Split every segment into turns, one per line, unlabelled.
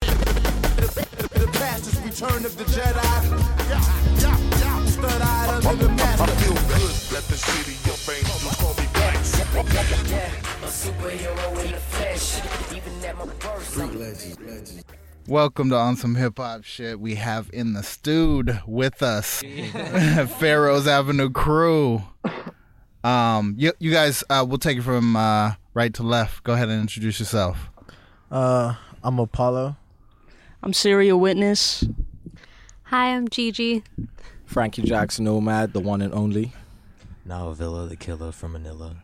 The past is return of the Jedi. Yeah, yeah, yeah. Stud eyed under the master. Feel good. Let the city your fame. You call me back.
Welcome to On Some Hip Hop Shit. We have in the stewed with us Pharaoh's Avenue crew. Um, you, you guys, uh, we'll take it from uh, right to left. Go ahead and introduce yourself.
Uh, I'm Apollo.
I'm serial witness.
Hi, I'm Gigi.
Frankie Jackson Nomad, the one and only.
Now Villa, the killer from Manila.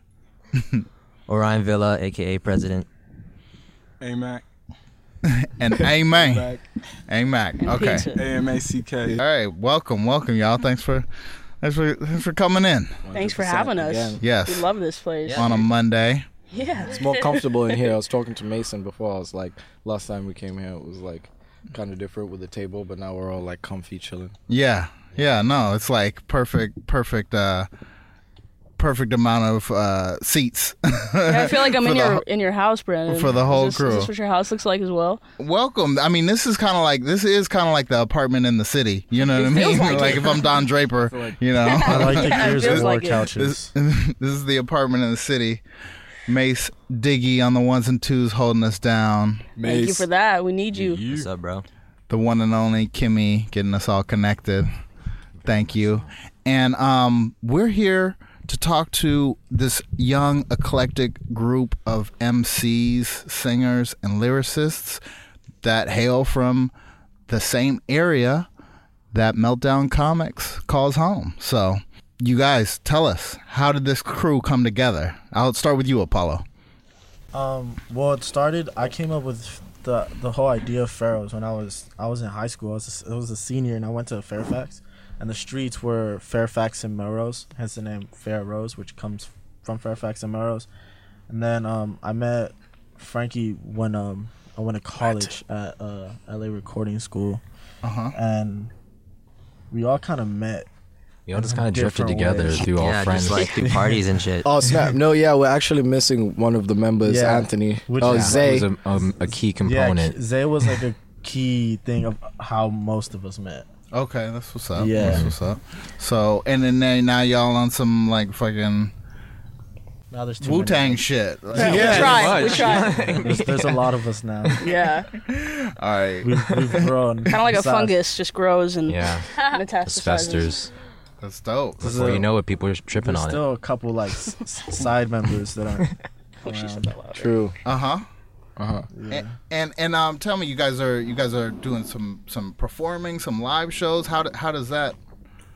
Orion Villa, aka President.
A Mac.
And Amen. Amen. Okay.
Pizza.
A M A C K.
All right. Welcome, welcome, y'all. Thanks for, thanks for, thanks for coming in.
Thanks for having us.
again.
Yes.
We love this place.
on a Monday.
Yeah.
It's more comfortable in here. I was talking to Mason before. I was like, last time we came here, it was like kind of different with the table, but now we're all like comfy chilling.
Yeah. Yeah, no, it's like perfect perfect uh perfect amount of uh seats.
Yeah, I feel like I'm
For
in
the
your
ho-
in your house, Brandon.
for the whole
is this,
crew.
Is this what your house looks like as well?
Welcome. I mean, this is kind of like this is kind of like the apartment in the city. You know what I mean? Like, if I'm Don Draper, you know.
I like the
it
Gears
feels
of War
like it.
couches.
this is the apartment in the city. Mace Diggy on the ones and twos holding us down.
Thank you for that. We need you.
What's up, bro?
the one and only Kimmy getting us all connected. Thank you. And um, we're here to talk to this young, eclectic group of MCs, singers, and lyricists that hail from the same area that Meltdown Comics calls home. So, you guys, tell us, how did this crew come together? I'll start with you, Apollo.
Um, Well, it started. I came up with the the whole idea of pharaohs when I was I was in high school. I was a, I was a senior and I went to Fairfax, and the streets were Fairfax and Melrose, hence the name Fairrose, which comes from Fairfax and Melrose. And then um, I met Frankie when um, I went to college at uh, LA Recording School, uh-huh. and we all kind of met.
You all just kind of drifted
Different
together
ways.
through all
yeah,
friends.
just like through parties and shit.
Oh, snap. No, yeah, we're actually missing one of the members,
Yeah.
Anthony.
Which
oh,
is-
Zay.
was a, um, a key component.
Yeah, Zay was like a key thing of how most of us met.
Okay, that's what's up.
Yeah.
That's what's up. So, and then they- now y'all on some like fucking
Now there's too many.
Wu Tang shit. Like,
we tried. We tried.
There's, there's a lot of us now.
yeah. Kind
All right.
We've, we've grown. Kind
of like a fungus, just grows and
yeah,
metastasizes.
it's festers.
That's dope.
Before you know it, people are tripping
There's
on
still a couple like s- s- side members that aren't.
Oh, she said that loud.
True.
Uh huh. Uh huh. And, and and um, tell me, you guys are you guys are doing some some performing, some live shows. How do, how does that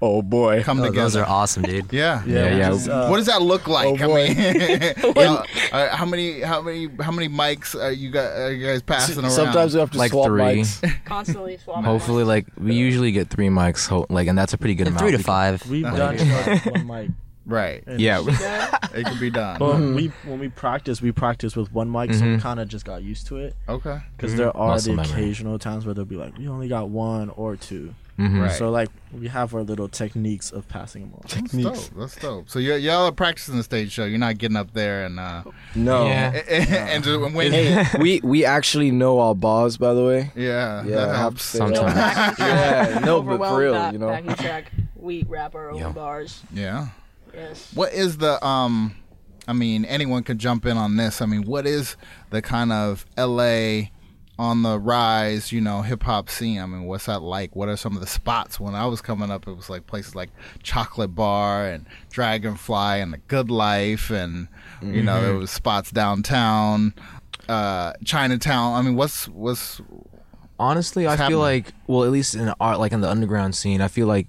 Oh, boy.
come
Oh,
together?
those are awesome, dude.
yeah.
Yeah,
yeah.
which is, uh,
what does that look like?
Oh, boy.
I mean, uh, uh, how many how many how many mics are you guys are you guys passing around?
Sometimes we have to
Like
swap
three.
mics.
Constantly swapping.
Hopefully, like we usually get three mics, ho- like, and that's a pretty good amount.
Three to
We can-
five.
We've done like, one mic.
right,
and-
Yeah,
it can be done.
But we when we practice, we practice with one mic, so we kind of just got used to it.
okay.
Because there are
Muscle
the
memory.
occasional times where they'll be like, we only got one or 2
Right.
So like we have our little techniques of passing them on.
that's dope. That's dope. So y- y'all are practicing the stage show. You're not getting up there and uh,
No.
Yeah.
and just waiting.
Hey, we, we actually know our bars, by the way.
Yeah,
Yeah,
that
I have
helps.
to say that.
Sometimes.
Yeah, no, but
Overwhelmed
for real,
back-
you know.
backing track. We wrap our own
Yeah.
bars.
Yeah.
Yes.
What is the um I mean anyone could jump in on this. I mean, what is the kind of LA on the rise, you know, hip hop scene? I mean, what's that like? What are some of the spots? When I was coming up, it was like places like Chocolate Bar and Dragonfly and The Good Life and you know,
Mm-hmm.
there was spots downtown, uh Chinatown. I mean, what's what's
Honestly, I
It's
feel
happening.
like, well, at least in art, like in the underground scene, I feel like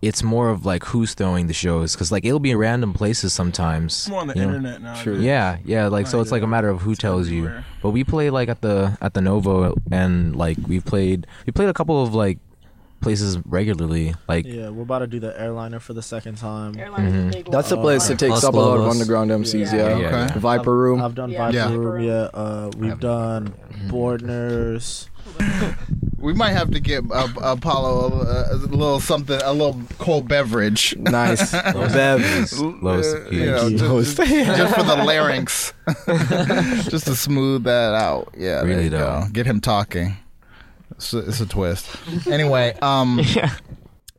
it's more of like who's throwing the shows because like it'll be in random places sometimes.
More on the
you
internet now, True.
Yeah, yeah. Like so,
Right,
it's like a matter of who tells you. But we play like at the at the Novo, and like we played we played a couple of like places regularly. Like
yeah, we're about to do the airliner for the second time.
Airliner's big
That's the place that takes up a lot of underground MCs. Yeah, Viper Room.
I've, I've done Viper Room. Yeah, uh, we've done Bordners.
We might have to get uh, Apollo a, a little something, a little cold beverage.
Nice.
Bev. Lois.
You know, just, just for the larynx, just to smooth that out. Yeah, there
Really
you go. Get him talking. It's a, it's a twist. Anyway, um,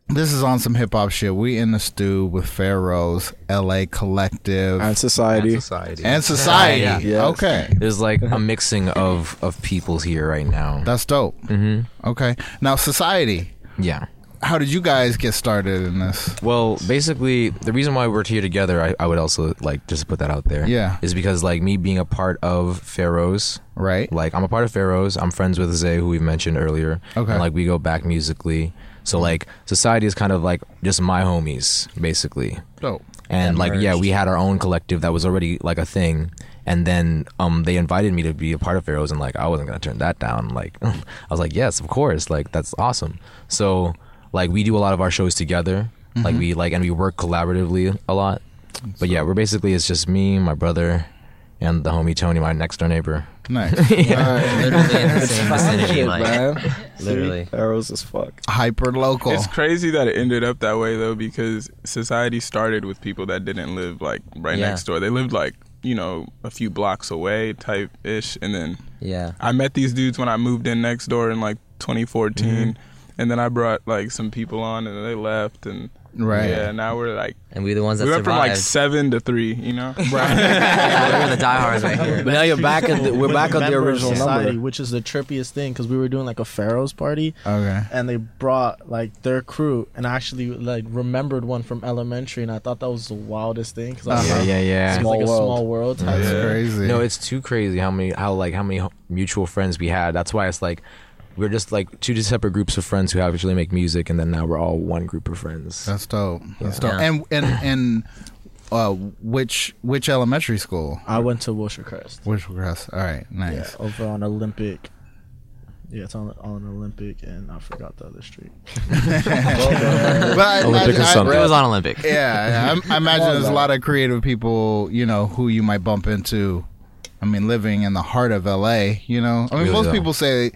this is on some hip hop shit. We in the stew with Pharaohs, L.A. Collective, and
Society,
And Society.
and Society.
Yes.
Okay,
There's like a mixing of of people here right now.
that's dope. Mm-hmm. Okay, now Society.
Yeah.
How did you guys get started in this?
Well, basically, the reason why we're here together, I, I would also like just put that out there.
Yeah.
Is because like me being a part of Pharaohs.
Right.
Like I'm a part of Pharaohs. I'm friends with Zay, who we mentioned earlier.
Okay.
And like we go back musically. So like society is kind of like just my homies, basically.
Dope.
And
That
like yeah,
merged.
we had our own collective that was already like a thing. And then um they invited me to be a part of Pharaohs and like I wasn't gonna turn that down. Like I was like, Yes, of course, like that's awesome. So like we do a lot of our shows together. Like
Mm-hmm.
Mhm.
we like and we work collaboratively a lot. But yeah, we're basically it's just me, my brother, and the homie Tony, my next door neighbor.
Nice.
Literally in the same vicinity,
Shit,
like,
man.
literally.
See? Arrows as fuck.
Hyper local.
It's crazy that it ended up that way though, because society started with people that didn't live like right
Yeah.
next door. They lived like you know a few blocks away, type ish. And then
Yeah.
I met these dudes when I moved in next door in like 2014,
Mm-hmm.
and then I brought like some people on, and they left, and
Right.
yeah, now we're like.
And we're the ones that
we went from like
survived.
seven to three, you know.
Right. We're the diehards right here. But now you're back at the-
With
we're back at the
member of
original
society,
number.
which is the trippiest thing because we were doing like a Pharaoh's party.
Okay.
And they brought like their crew, and I actually like remembered one from elementary, and I thought that was the wildest thing.
Uh-huh.
Cause I was
Uh-huh.
Yeah,
like,
yeah, yeah.
It's like a small world type.
That's
thing.
crazy.
No, it's too crazy how many how like how many ho- mutual friends we had. That's why it's like we're just like two just separate groups of friends who actually make music, and then now we're all one group of friends.
That's dope. That's dope.
Yeah.
And and and uh, which which elementary school?
I went to Wilshire-Crest.
Wilshire-Crest. All right,
Yeah,
nice.
over on Olympic. Yeah, it's on on Olympic, and I forgot the other street.
But I imagine- I- Yeah, I, I imagine
Well
there's a
done.
lot of creative people, you know, who you might bump into. I mean, living in the heart of LA, you know. I mean,
Really
most
though.
people say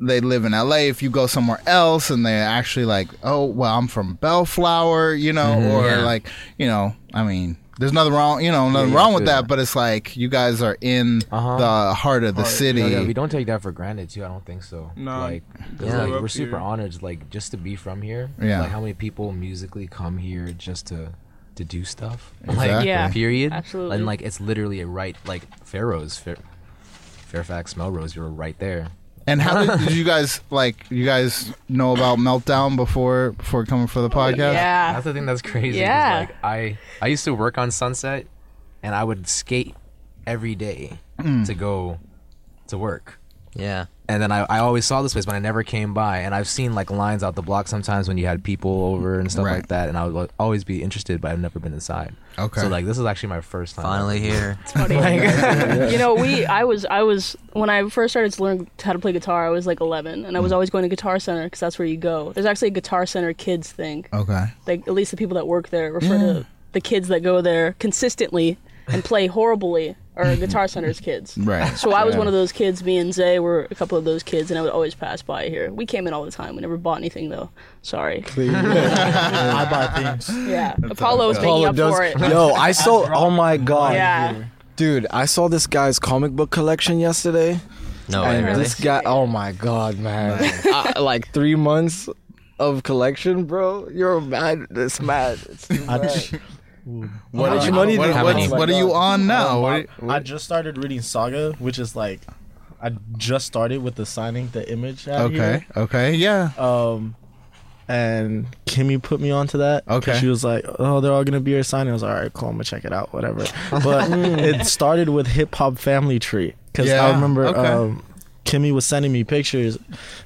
they live in LA. If you go somewhere else, and they're actually like, "Oh, well, I'm from Bellflower," you know,
Mhm.
or
Yeah.
like, you know, I mean. There's nothing wrong, you know, nothing wrong with
yeah.
that, but it's like you guys are in
Uh-huh.
the heart of the city.
No, no, we don't take that for granted too. I don't think so.
No.
like, 'cause,
Yeah.
like,
Grew
we're
up
super
here.
honored, like just to be from here.
Yeah.
like how many people musically come here just to to do stuff. Like,
Exactly.
yeah,
Yeah.
period.
Absolutely.
And like it's literally a right like Pharaohs, Fair, Fairfax, Melrose. You're right there.
And how did, did you guys like? You guys know about Meltdown before before coming for the podcast?
Oh, Yeah. That's the thing that's crazy. is,
Yeah.
Like I I used to work on Sunset and I would skate every day
Mm.
to go to work.
Yeah.
And then I, I always saw this place, but I never came by. And I've seen like lines out the block sometimes when you had people over and stuff
Right.
like that. And I would like, always be interested, but I've never been inside.
Okay.
So like this is actually my first time.
Finally here. It's
funny.
you know, we I was I was when I first started to learn how to play guitar, I was like 11, and I was always going to Guitar Center because that's where you go. There's actually a Guitar Center kids thing.
Okay.
Like at least the people that work there refer to the kids that go there consistently and play horribly are Guitar Center's kids.
Right.
So I was
Yeah.
one of those kids. Me and Zay were a couple of those kids, and I would always pass by here. We came in all the time. We never bought anything though. Sorry.
I buy things.
Yeah. Apollo is making
Apollo
up
does-
for it.
Yo, I sold. Oh my god.
Yeah.
Dude, I saw this guy's comic book collection yesterday.
No way,
and
really?
This guy. Oh my god, man. I, like three months of collection, bro. You're mad. It's mad. It's too
I
mad.
ju-
What
How
much money
much- what-
do you
what-
have?
what are you on now?
Um,
What
I-
are you-
I just started reading Saga, which is like, I just started with the signing the image. out
Okay.
here.
Okay. Yeah.
Um, and Kimmy put me onto that. 'cause
Okay.
She was like, "Oh, they're all gonna be your signing." I was like, "All right, cool. I'm gonna check it out,
Hmm.
whatever." But it started with Hip Hop Family Tree because
Yeah,
I remember
okay.
um, Kimmy was sending me pictures,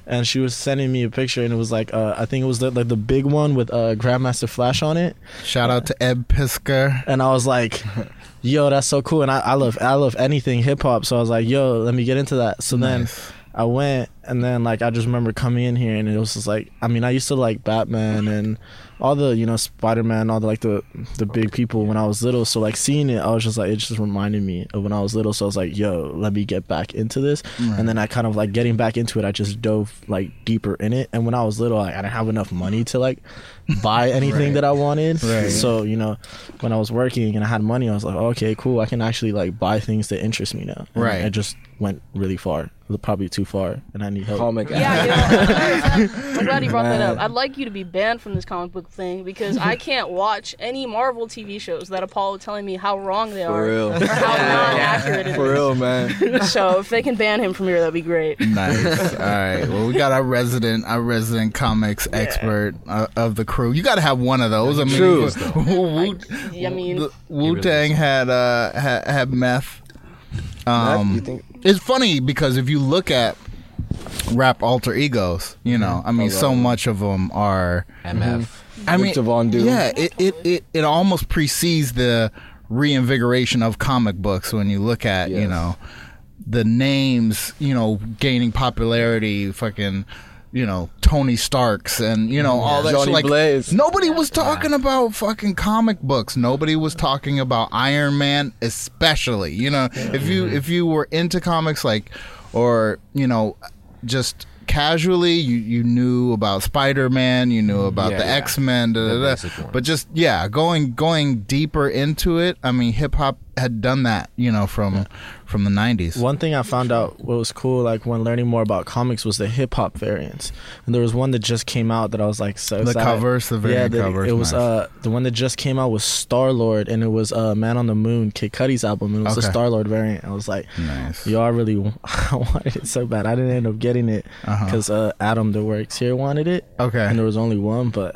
and she was sending me a picture, and it was like uh, I think it was the, like the big one with uh, Grandmaster Flash on it.
Shout out to Ed Pisker.
And I was like, "Yo, that's so cool!" And I, I love I love anything hip hop, so I was like, "Yo, let me get into that." So then. I went and then like I just remember coming in here and it was just like I mean I used to like Batman and all the you know Spider Man all the like the the big people when I was little so like seeing it I was just like it just reminded me of when I was little so I was like yo let me get back into this
Right.
and then I kind of like getting back into it I just dove like deeper in it and when I was little like, I didn't have enough money to like buy anything
Right.
that I wanted
Right.
so you know when I was working and I had money I was like okay cool I can actually like buy things that interest me now And
Right.
I just went really far probably too far and I need help.
Comic
Yeah, yo, I'm glad- I'm glad you brought that up.
Man.
I'd like you to be banned from this comic book thing because I can't watch any Marvel TV shows that Apollo telling me how wrong they are.
For real.
Or how not accurate it
For
is.
real, man.
so if they can ban him from here, that'd be great.
Nice. All right. Well, we got our resident, our resident comics expert uh, of the crew. You got to have one of those. I mean,
True.
Wu-
I mean,
Wu Tang had uh had, had meth. Um,
you think-
it's funny because if you look at rap alter egos, you know, I mean,
Oh,
so
right.
much of them are Mm-hmm.
MF.
I mean,
Victor Von Doom.
yeah, it, it it it almost precedes the reinvigoration of comic books when you look at you
Yes.
know the names you know gaining popularity, fucking. You know Tony Starks and you know all that.
Johnny
shit, like
Blaze.
nobody was talking about fucking comic books. Nobody was talking about Iron Man, especially. You know, if you
Mm-hmm.
if you were into comics, like, or you know, just casually, you you knew about Spider Man, you knew about
Mm-hmm. Yeah,
the
yeah.
X Men, da, da,
basic
da.
ones.
but just yeah, going going deeper into it. I mean, hip hop had done that, you know, from from the nineties.
One thing I found out what was cool, like when learning more about comics, was the hip hop variants. And there was one that just came out that I was like, so
The
excited.
covers, the variant covers,
It was
nice.
uh the one that just came out was Star Lord, and it was uh Man on the Moon, Kid Cudi's album, and it was
Okay.
the Star Lord variant. I was like,
nice.
y'all really, w- I wanted it so bad. I didn't end up getting it because uh Adam that works here wanted it.
Uh-huh. Okay,
and there was only one, but.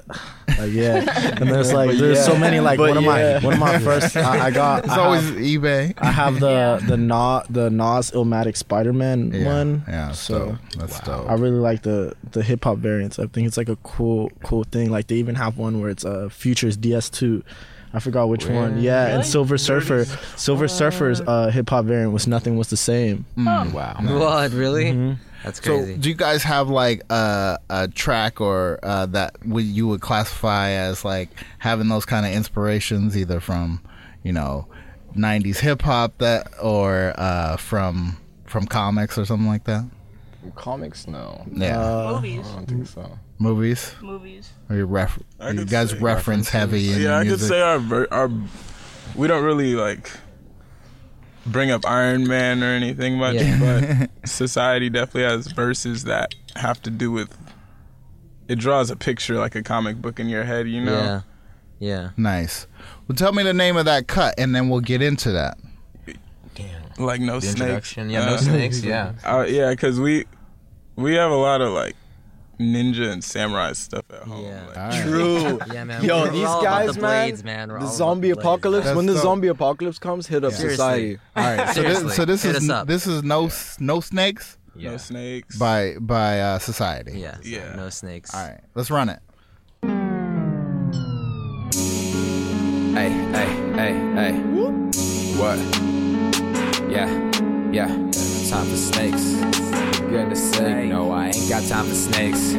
Like, yeah, and there's like
But
there's so
yeah.
many like
But
one of
yeah.
my one of my first I, I got I
It's
have-
always eBay.
I have the the Na, the Nas Illmatic Spider Man
Yeah,
one.
yeah, that's
so
dope. That's dope.
I really like the the hip hop variants. I think it's like a cool cool thing. Like they even have one where it's uh Futures DS two. I forgot which one.
Really?
Yeah, and Silver Surfer. Silver Surfer's uh, hip hop variant was nothing was the same.
Mm.
Oh.
Wow.
What? Really? That's crazy.
Mm-hmm. So, do you guys have like a, a track or uh, that would you would classify as like having those kind of inspirations, either from you know '90s hip hop that or uh, from from comics or something like that?
Um, Comics? No.
Yeah. Uh,
Movies.
I don't think so.
Movies.
Movies.
Or you ref-
I
you
could
guys
say-
reference heavy. In
yeah,
your
I could
music.
say our ver- our we don't really like bring up Iron Man or anything much, but society definitely has verses that have to do with it draws a picture like a comic book in your head, you know.
Yeah. Yeah.
Nice. Well, tell me the name of that cut, and then we'll get into that.
like no
The
snakes.
introduction. Yeah, no snakes, yeah.
uh, yeah, because we we have a lot of like ninja and samurai stuff at home. Yeah,
True.
Yeah, man.
Yo,
We're
these
all about
guys,
the
man.
blades, man. We're
The
all about
zombie
the blades.
apocalypse.
That's
when the
dope.
zombie apocalypse comes, hit up
Seriously.
society.
All right. So
Seriously.
this, so this
Hit
is
us up.
this is no s no snakes
No snakes.
by by uh, society.
Yeah. so
Yeah.
No snakes.
All right. Let's run it.
Hey, hey, hey, hey. What? Yeah, yeah. Time for snakes. For goodness sake, no, I ain't got time for snakes.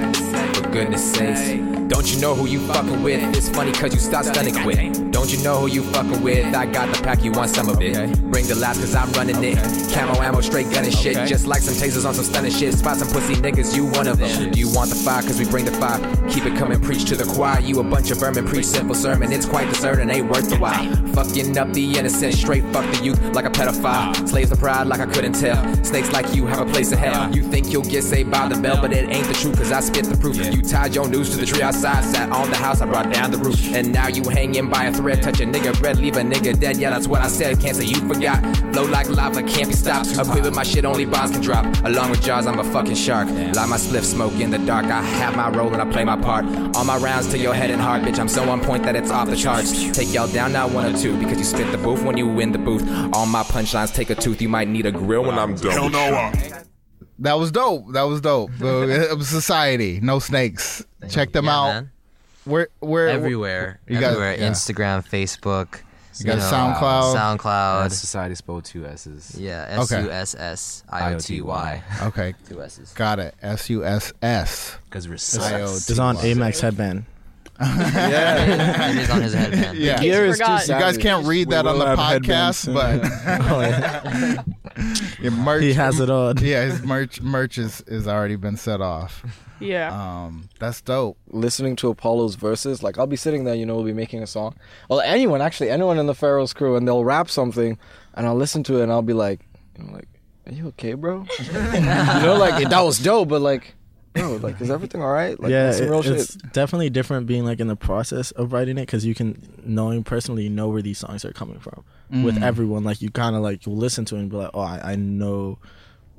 For goodness sakes. Don't you know who you fucking with? It's funny cause you stop stunning quick. Don't you know who you fucking with? I got the pack, you want some of it. Bring the laughs cause I'm running it. Camo ammo, straight gunning shit.
Okay.
Just like some tasers on some stunning shit. Spot some pussy niggas, you one of them. Do you want the fire? Cause we bring the fire. Keep it coming, preach to the choir. You a bunch of vermin, preach simple sermon. It's quite discerning, ain't worth the while. Fucking up the innocent, straight fuck the youth like a pedophile. Slaves of pride like I couldn't tell. Snakes like you have a place in hell. You think you'll get saved by the bell, but it ain't the truth cause I spit the proof. You tied your noose to the tree outside, sat on the house, I brought down the roof. And now you hanging by a thread, touch a nigga red, leave a nigga dead. Yeah, that's what I said, can't say you forgot. Blow like lava, can't be stopped. Up with my shit, only bombs can drop. Along with jaws, I'm a fucking shark. Light my spliff, smoke in the dark. I have my role and I play my part. All my rounds to your head and heart, bitch. I'm so on point that it's off the charts. Take y'all down now one or two because you spit the booth when you win the booth. All my punchlines take a tooth. You might need a grill when I'm done.
Hell
with
no,
you.
uh.
That was dope. That was dope. Uh, it was Society, no snakes. Check them out. Where, where,
everywhere,
You got-
everywhere.
yeah.
Instagram, Facebook.
You got SoundCloud.
SoundCloud.
And Uh, Society spelled two S's.
Yeah, S
Okay.
U S S I O T Y.
Okay.
Two S's.
Got it. S U S S.
'Cause we're
IOT.
It's on Amex headband.
Yeah. It is on his headband.
Yeah.
Gear is too
you guys
savage.
can't read
We
that on
will
the
have
podcast,
headbands soon.
but
Oh,
yeah.
Your merch,
He has it on.
Yeah, his merch merch is, is already been set off.
Yeah.
Um, that's dope.
Listening to Apollo's verses, like I'll be sitting there, you know, we'll be making a song. Well, anyone actually, anyone in the Pharaoh's crew, and they'll rap something, and I'll listen to it, and I'll be like, you know, like, are you okay, bro? you know, like that was dope, but like, bro, like, is everything all right? Like,
yeah,
that's some real
it- it's
shit.
definitely different being like in the process of writing it because you can knowing personally you know where these songs are coming from with
Mm.
everyone. Like you kind of like you'll listen to it and be like, oh, I, I know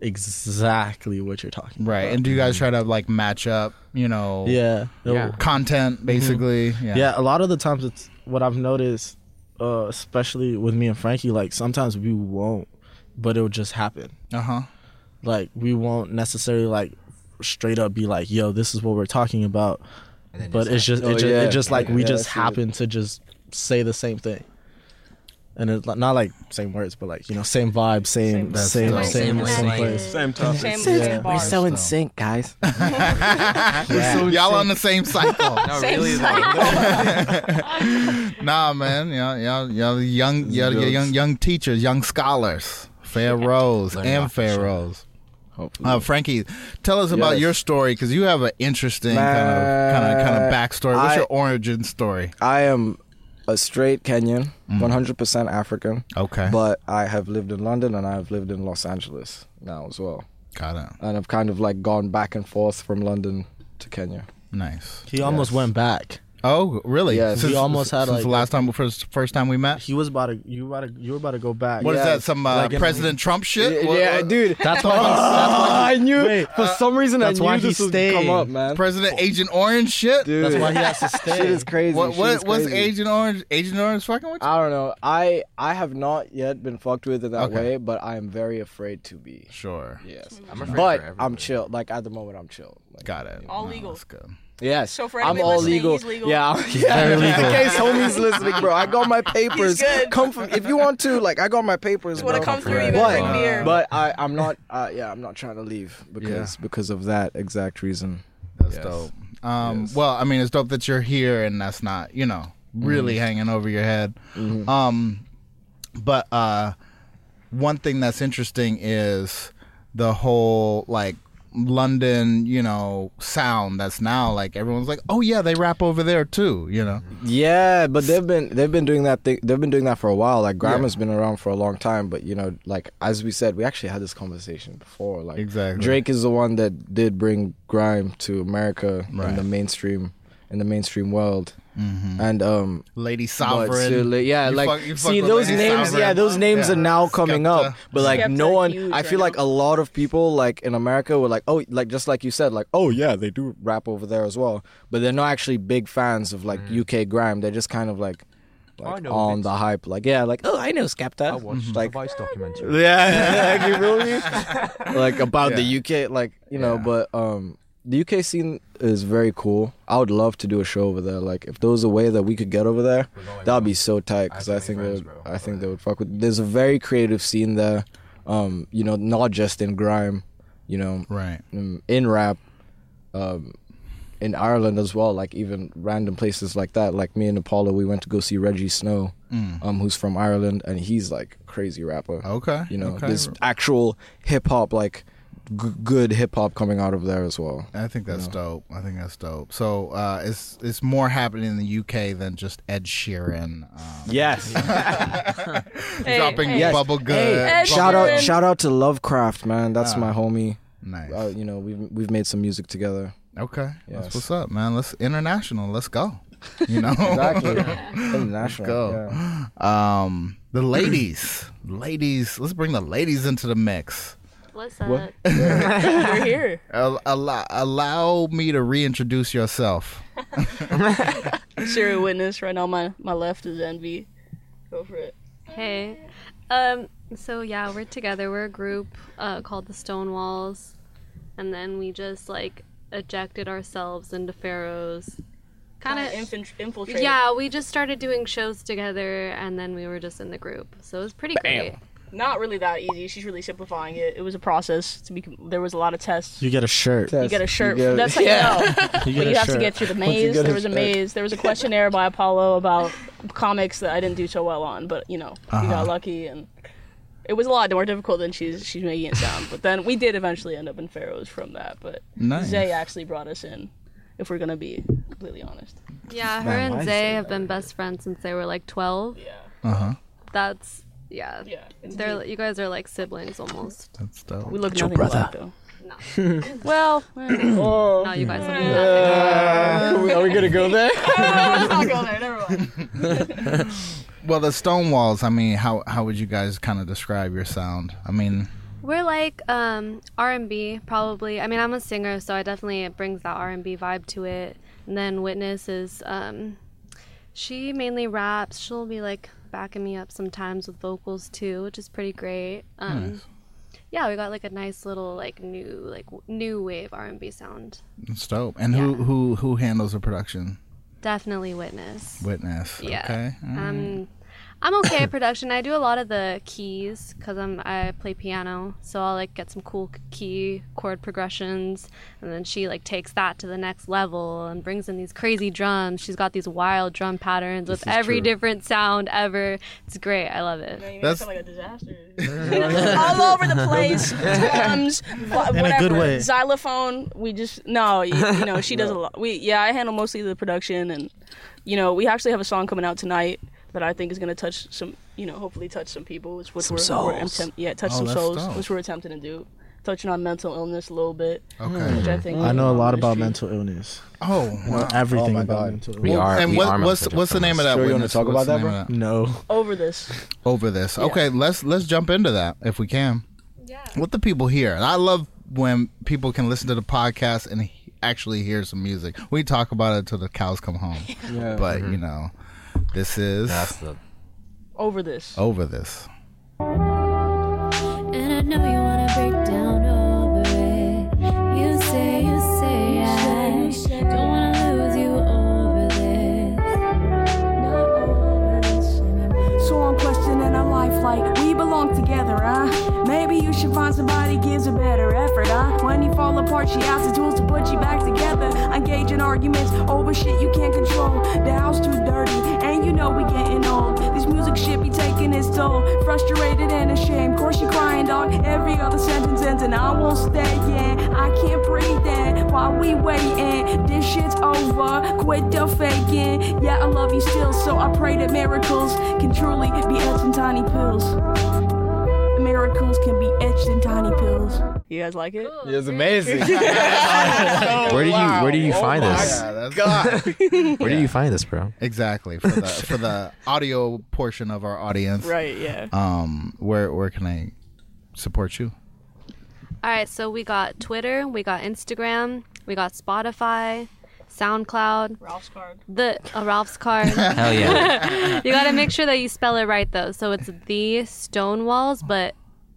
exactly what you're talking.
Right.
about.
And do you guys try to like match up, you know,
Yeah. Yeah.
content
Mm-hmm.
basically?
Mhm.
Yeah.
Yeah. a lot of the times it's what I've noticed, uh, especially with me and Frankie, like sometimes we won't, but it'll just happen.
Uh huh.
Like we won't necessarily like straight up be like, yo, this is what we're talking about. But it's
just-
just, it
Oh,
just,
yeah.
it just like we
Yeah,
just
I see it.
happen to just say the same thing. And it's like- not like same words, but like you know, same vibe, same,
That's
same,
dope.
same, same,
Same slang.
place.
Same topic. Same-
Yeah.
same We're so in bars. sync,
guys.
Y'all on the same cycle.
No, Same really, though.
nah, man. Y'all, y'all, y'all young, y'all, y'all young, young teachers, young scholars, pharaohs
Learn
and
about each other.
pharaohs.
Hopefully.
Uh, Frankie, tell us about
Yes.
your story because you have an interesting kind of kind of kind of backstory. What's
Uh, I-
your origin story?
I am a straight Kenyan,
Mhm.
100% African.
Okay.
But I have lived in London and I have lived in Los Angeles now as well.
Got it.
And I've kind of like gone back and forth from London to Kenya.
Nice.
He almost went back.
Oh, really?
Yes.
He almost had,
since
like,
the last time first first time we met.
He was about to. You were about to. You were about to go back.
What is
Yeah.
that? Some uh,
Like in-
President Trump shit?
Yeah,
What-
yeah,
what-
dude. That's why he's- that's why he-
I knew for some reason I
that's
knew
why he
this would
stayed.
come up, man.
President Agent Orange shit.
Dude. That's why he has to stay. Shit is crazy.
What
Shit
what
is
what's
crazy.
Agent Orange? Agent Orange fucking with? You?
I don't know. I I have not yet been fucked with in that way, but I am very afraid to be.
Sure.
Yes.
I'm afraid
but
for
I'm chill. Like at the moment, I'm chill. Like,
Got it.
All legal.
Yes.
So for
I'm
anybody
all
listening,
legal.
he's legal.
Yeah.
He's
yeah.
very legal.
In case homies listening, bro, I got my papers.
He's good.
Come from if you want to. Like I got my papers.
wanna
bro.
come through, you
but,
gotta bring beer.
But I, I'm not. Uh, yeah, I'm not trying to leave because because of that exact reason.
That's dope. Um, Well, I mean, it's dope that you're here and that's not, you know, really
Mhm.
hanging over your head. Um, but uh, one thing that's interesting is the whole like London, you know, sound that's now like everyone's like, oh yeah, they rap over there too, you
Mm-hmm.
know.
Yeah, but they've been they've been doing that thing. They've been doing that for a while. Like grammar's been around for a long time, but you know, like as we said, we actually had this conversation before. Like
Exactly.
Drake is the one that did bring grime to America
Right.
in the mainstream in the mainstream world.
Mhm.
And um
Lady
but
Sovereign.
still, like, yeah,
You
like
fuck- you fuck
see
with
those
Lady
names,
Sovereign.
yeah, those names
Yeah.
are now coming up. But like no
Skepta
one
huge
I feel
right
like a lot of people like in America were like, "Oh, like just like you said, like, oh yeah, they do rap over there as well." But they're not actually big fans of like
Mm.
UK grime. They're just kind of like
Oh,
like
know
on the hype, like yeah, like oh, I know Skepta. I
Mm-hmm.
watched
like,
the Vice documentary.
yeah, like, you feel me? Like about the UK, like you know, but um, the UK scene is very cool. I would love to do a show over there. Like if there was a way that we could get over there, that'd be so tight. Because I think they would, I think they would fuck with. There's a very creative scene there. Um, you know, not just in grime, you know,
right,
in rap, um. In Ireland as well, like even random places like that. Like me and Apollo, we went to go see Reggie Snow,
Mm.
um, who's from Ireland, and he's like crazy rapper.
Okay,
you know,
okay.
there's actual hip hop, like g- good hip hop coming out of there as well.
I think that's dope. I think that's dope. So uh, it's it's more happening in the UK than just Ed Sheeran. Um,
yes,
Hey,
dropping
hey.
bubble good.
Ed
shout
Sheeran.
out, shout out to Lovecraft, man. That's
Ah,
my homie.
Nice.
Uh, you know, we've we've made some music together.
Okay, that's
Yes.
what's up, man. Let's international. Let's go. You know,
Exactly.
Let's
International,
go. Um, the ladies, ladies. Let's bring the ladies into the mix.
What's up?
What?
We're here.
Al- allow, allow me to reintroduce yourself.
Serial witness. Right now, my my left is envy. Go for it.
Hey. Um, so yeah, we're together. We're a group uh, called the Stonewalls. and then we just like ejected ourselves into Pharaoh's. Kind of
infant- infiltrated.
Yeah, we just started doing shows together, and then we were just in the group, so it was pretty great.
Not really that easy. She's really simplifying it. It was a process. To be, there was a lot of tests.
You get a shirt.
You get a shirt. That's how you know.
You get
but
a
you have to
shirt.
get through the
Once you
maze.
get
There
a
was a
shirt.
maze. There was a questionnaire by Apollo about comics that I didn't do so well on, but you know, we
Uh-huh.
got lucky and it was a lot more difficult than she's she's making it sound. but then we did eventually end up in Pharaohs from that. But
Nice.
Zay actually brought us in, if we're gonna be completely honest.
Yeah, her
Man,
and
why'd you
Zay have been best friends since they were like twelve. Yeah.
Uh huh.
That's yeah.
Yeah.
They're you guys are like siblings almost.
That's dope.
We look
It's your
nothing
brother.
alike though. well,
oh. no, you guys look nothing
are we- Uh, are we gonna go there?
not go there. Never mind.
well, the Stonewalls. I mean, how how would you guys kind of describe your sound? I mean,
We're like um, R and B, probably. I mean, I'm a singer, so I definitely it brings that R and B vibe to it. And then Witness is, um, she mainly raps. She'll be like backing me up sometimes with vocals too, which is pretty great. Um,
Nice.
Yeah, we got like a nice little like new like w- new wave R and B sound.
it's dope. And who who who handles the production?
Definitely Witness.
Witness.
Yeah.
Okay.
Um, I'm okay at production. I do a lot of the keys because I'm I play piano, so I'll like get some cool key chord progressions, and then she like takes that to the next level and brings in these crazy drums. She's got these wild drum patterns
This
with
is
every
true.
different sound ever. It's great. I love it.
You
That's-
sound like a disaster. All over the place, drums, wha-
good
whatever,
way.
xylophone. We just no, you, you know, she does a lot. We yeah, I handle mostly the production, and you know, we actually have a song coming out tonight that I think is gonna touch some, you know, hopefully touch some people. Which, which
Some
we're, we're
souls.
attempt- yeah, touch
Oh,
some
that's
souls,
dope.
which we're attempting to do, touching on mental illness a little bit.
Okay.
which I think
Hmm. I know a lot
Um,
about mental illness.
Oh,
I know
wow.
everything
Oh my
about
God.
mental illness.
We Well, are- and we what- are what's- mental what's the name of illness. that
Sure you wanna
witness? What's the name of that?
No.
over this.
over this. Okay, let's let's jump into that if we can. Yeah. Let the people hear. And I love when people can listen to the podcast and he- actually hear some music. We talk about it till the cows come home.
Yeah.
But
Mm-hmm.
you know, this is
over this.
over this.
And I know you wanna break down over it. You say, you say, I don't wanna lose you over this. Not over this.
So I'm questioning our life like we belong together, huh? Maybe you should find somebody gives a better effort, huh? When you fall apart, she asks the tools to put you back together. Engaging arguments over shit you can't control. The house too dirty, and you know we getting old. This music shit be taking its toll. Frustrated and ashamed, course you crying, dog. Every other sentence ends, and I won't stay. Yeah, I can't breathe in while we waiting. This shit's over. Quit the faking. Yeah, I love you still, so I pray that miracles can truly be etched in tiny pills. Miracles can be etched in tiny pills.
You guys like it?
It was amazing.
Oh,
Where did you Where did you find this?
Yeah, that's God.
Where did you find this, bro?
Exactly. For the for the audio portion of our audience.
Right, yeah.
Um where where can I support you?
All right, so we got Twitter, we got Instagram, we got Spotify, SoundCloud,
Ralph's card,
the uh, Ralph's card.
Hell yeah.
you got to make sure that you spell it right though. So it's the Stonewalls, but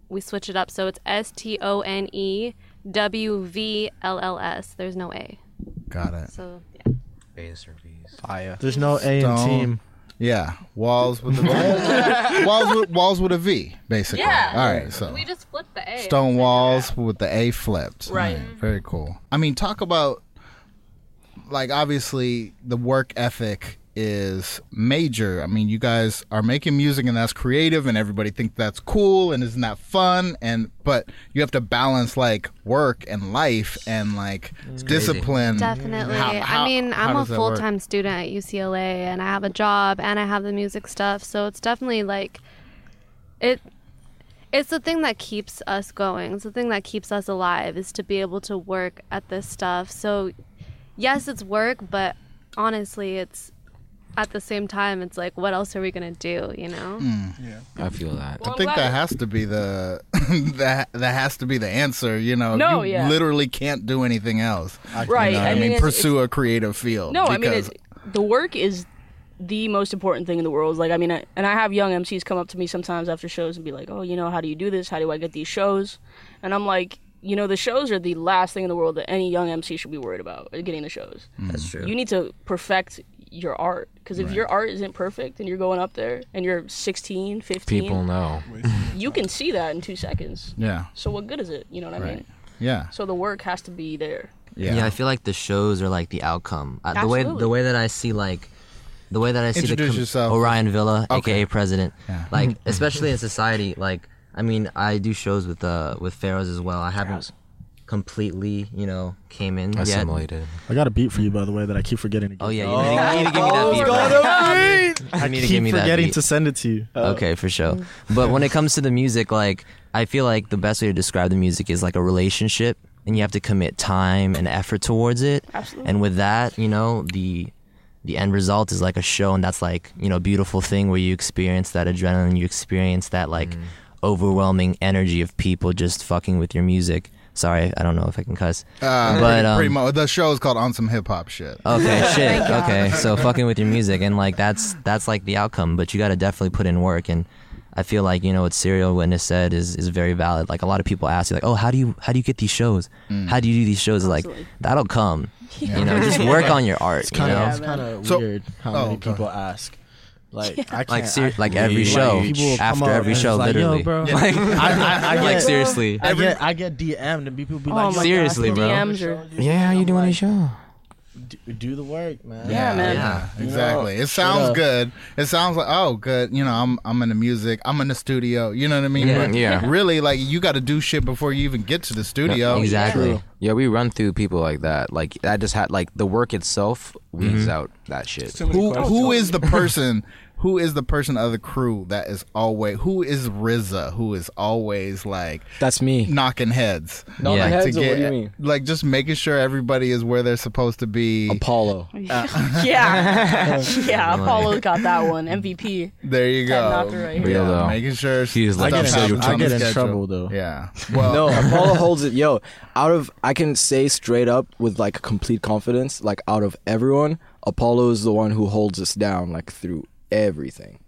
we switch it up. So it's S T O N E W V L L S. There's no A.
Got it.
So
Fire.
There's no A in team.
Yeah. Walls with a V. walls with walls with a V, basically.
Yeah.
All right. So
we just flipped the A.
Stone walls with the A flipped.
Right.
Very cool. I mean, talk about like obviously the work ethic is major. I mean, you guys are making music and that's creative and everybody think that's cool and isn't that fun and but you have to balance like work and life and like discipline.
Definitely.
How- how-
I mean,
how
I'm a
does that work?
full time student at UCLA and I have a job and I have the music stuff. So it's definitely like it it's the thing that keeps us going. It's the thing that keeps us alive is to be able to work at this stuff. So yes, it's work, but honestly, it's at the same time it's like what else are we going to do, you know?
Mm.
I feel that.
I think that has to be the that that has to be the answer. You know,
No,
you
yeah.
literally can't do anything else.
Right,
You know what
I
I
mean,
mean,
it's-
pursue a creative field.
No, I mean
because-
it, the work is the most important thing in the world. Like I mean, I, and I have young MCs come up to me sometimes after shows and be like, "Oh, you know, how do you do this? How do I get these shows?" And I'm like, you know, the shows are the last thing in the world that any young MC should be worried about uh, getting the shows.
That's true.
You need to perfect your art because if
Right.
your art isn't perfect and you're going up there and you're 16, 15,
People know.
You can see that in two seconds.
Yeah.
So what good is it? You know what I
Right.
mean?
Yeah.
So the work has to be there.
Yeah. I feel like the shows are like the outcome. Uh, the way
Absolutely.
the way that I see like the way that I see
Introduce
the
yourself.
Orion Villa,
Okay.
aka President.
Yeah.
Like especially in society, like I mean, I do shows with uh with Pharaohs as well. I haven't completely, you know, came in yet.
I got a beat for you, by the way, that I keep forgetting.
Oh yeah, you
Oh,
need, you need to give me that
oh,
beat.
got
bro.
a beat! I
You need to
keep
give me that
forgetting
beat.
to send it to you.
okay, for sure. But when it comes to the music, like I feel like the best way to describe the music is like a relationship, and you have to commit time and effort towards it.
Absolutely.
And with that, you know the the end result is like a show, and that's like you know a beautiful thing where you experience that adrenaline, you experience that like overwhelming energy of people just fucking with your music. Sorry, I don't know if I can cuss,
Uh,
but um,
pretty much, the show is called On Some Hip Hop Shit.
Okay, shit. Okay, so fucking with your music and like that's that's like the outcome, but you got to definitely put in work and I feel like you know what serial witness said is is very valid. Like a lot of people ask you like, "Oh, how do you how do you get these shows?
Mm.
How do you do these shows?" Like that'll come. You know, just work on your art.
It's kind
you know?
of kind of weird how
oh,
many
go
people ask. Like I can't,
Like
I,
ser- like every show,
people will come
after
up
every
and
show,
it's like,
literally.
Yo, bro.
Yeah.
Like, I, I, I
Like,
get,
seriously.
I get I get DM'd and people be
Oh
like,
my
Seriously,
gosh,
bro.
DMs are-
yeah, how you doing a show?
"Do- do the work, man.
Yeah, man.
Yeah,
You know,
exactly. It
straight
sounds
up.
good. It sounds like oh, good. You know, I'm I'm in the music. I'm in the studio. You know what I mean?
Yeah.
But
Yeah.
Really, like you got to do shit before you even get to the studio.
Yeah, Exactly. Yeah, we run through people like that. Like that just had like the work itself weeds
Mhm.
out that shit.
Who who is the person? Who is the person of the crew that is always? Who is RZA? Who is always like?
That's me
knocking heads.
Knocking
Like,
heads, or what do you mean?
Like just making sure everybody is where they're supposed to be. Uh,
Apollo.
yeah, yeah. Apollo got that one MVP.
There you
Ted
go.
Knocker right
Real
yeah,
though.
Making sure
He's
stuff
like
I get in
happens
trouble.
on
I get
the
in
schedule.
trouble, though.
Yeah. Well,
no, Apollo holds it. Yo, out of I can say straight up with like complete confidence, like out of everyone, Apollo is the one who holds us down like through everything.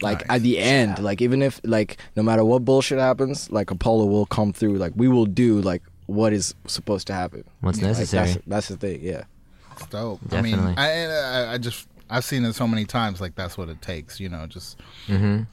Like at the end, like even if like no matter what bullshit happens, like Apollo will come through. Like we will do like what is supposed to happen.
What's
Like,
necessary.
that's, that's the thing. Yeah.
It's dope. I
Definitely.
mean, I, and uh, I, I just I've seen it so many times. Like that's what it takes. You know, just
Mm-hmm.
Mhm.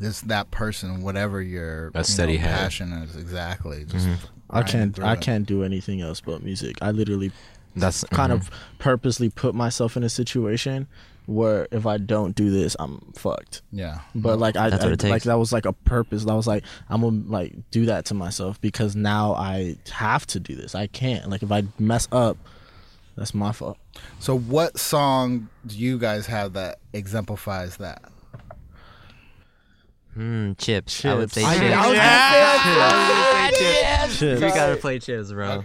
this that person, whatever your
A
you
steady
know,
hand.
passion is. Exactly. Just
Mm-hmm.
Mhm.
I
grind
can't
through
I
it.
can't do anything else but music. I literally
That's-
kind of
mm-hmm.
purposely put myself in a situation where if I don't do this, I'm fucked.
Yeah.
But like I,
That's
I
what it
like
takes.
that was like a purpose. That was like I'm gonna like do that to myself because now I have to do this. I can't. Like if I mess up, that's my fault.
So what song do you guys have that exemplifies that?
Hmm, chips. I would say
Chips.
chips.
I was gonna say that.
Chips.
Chips.
You gotta play chips, bro.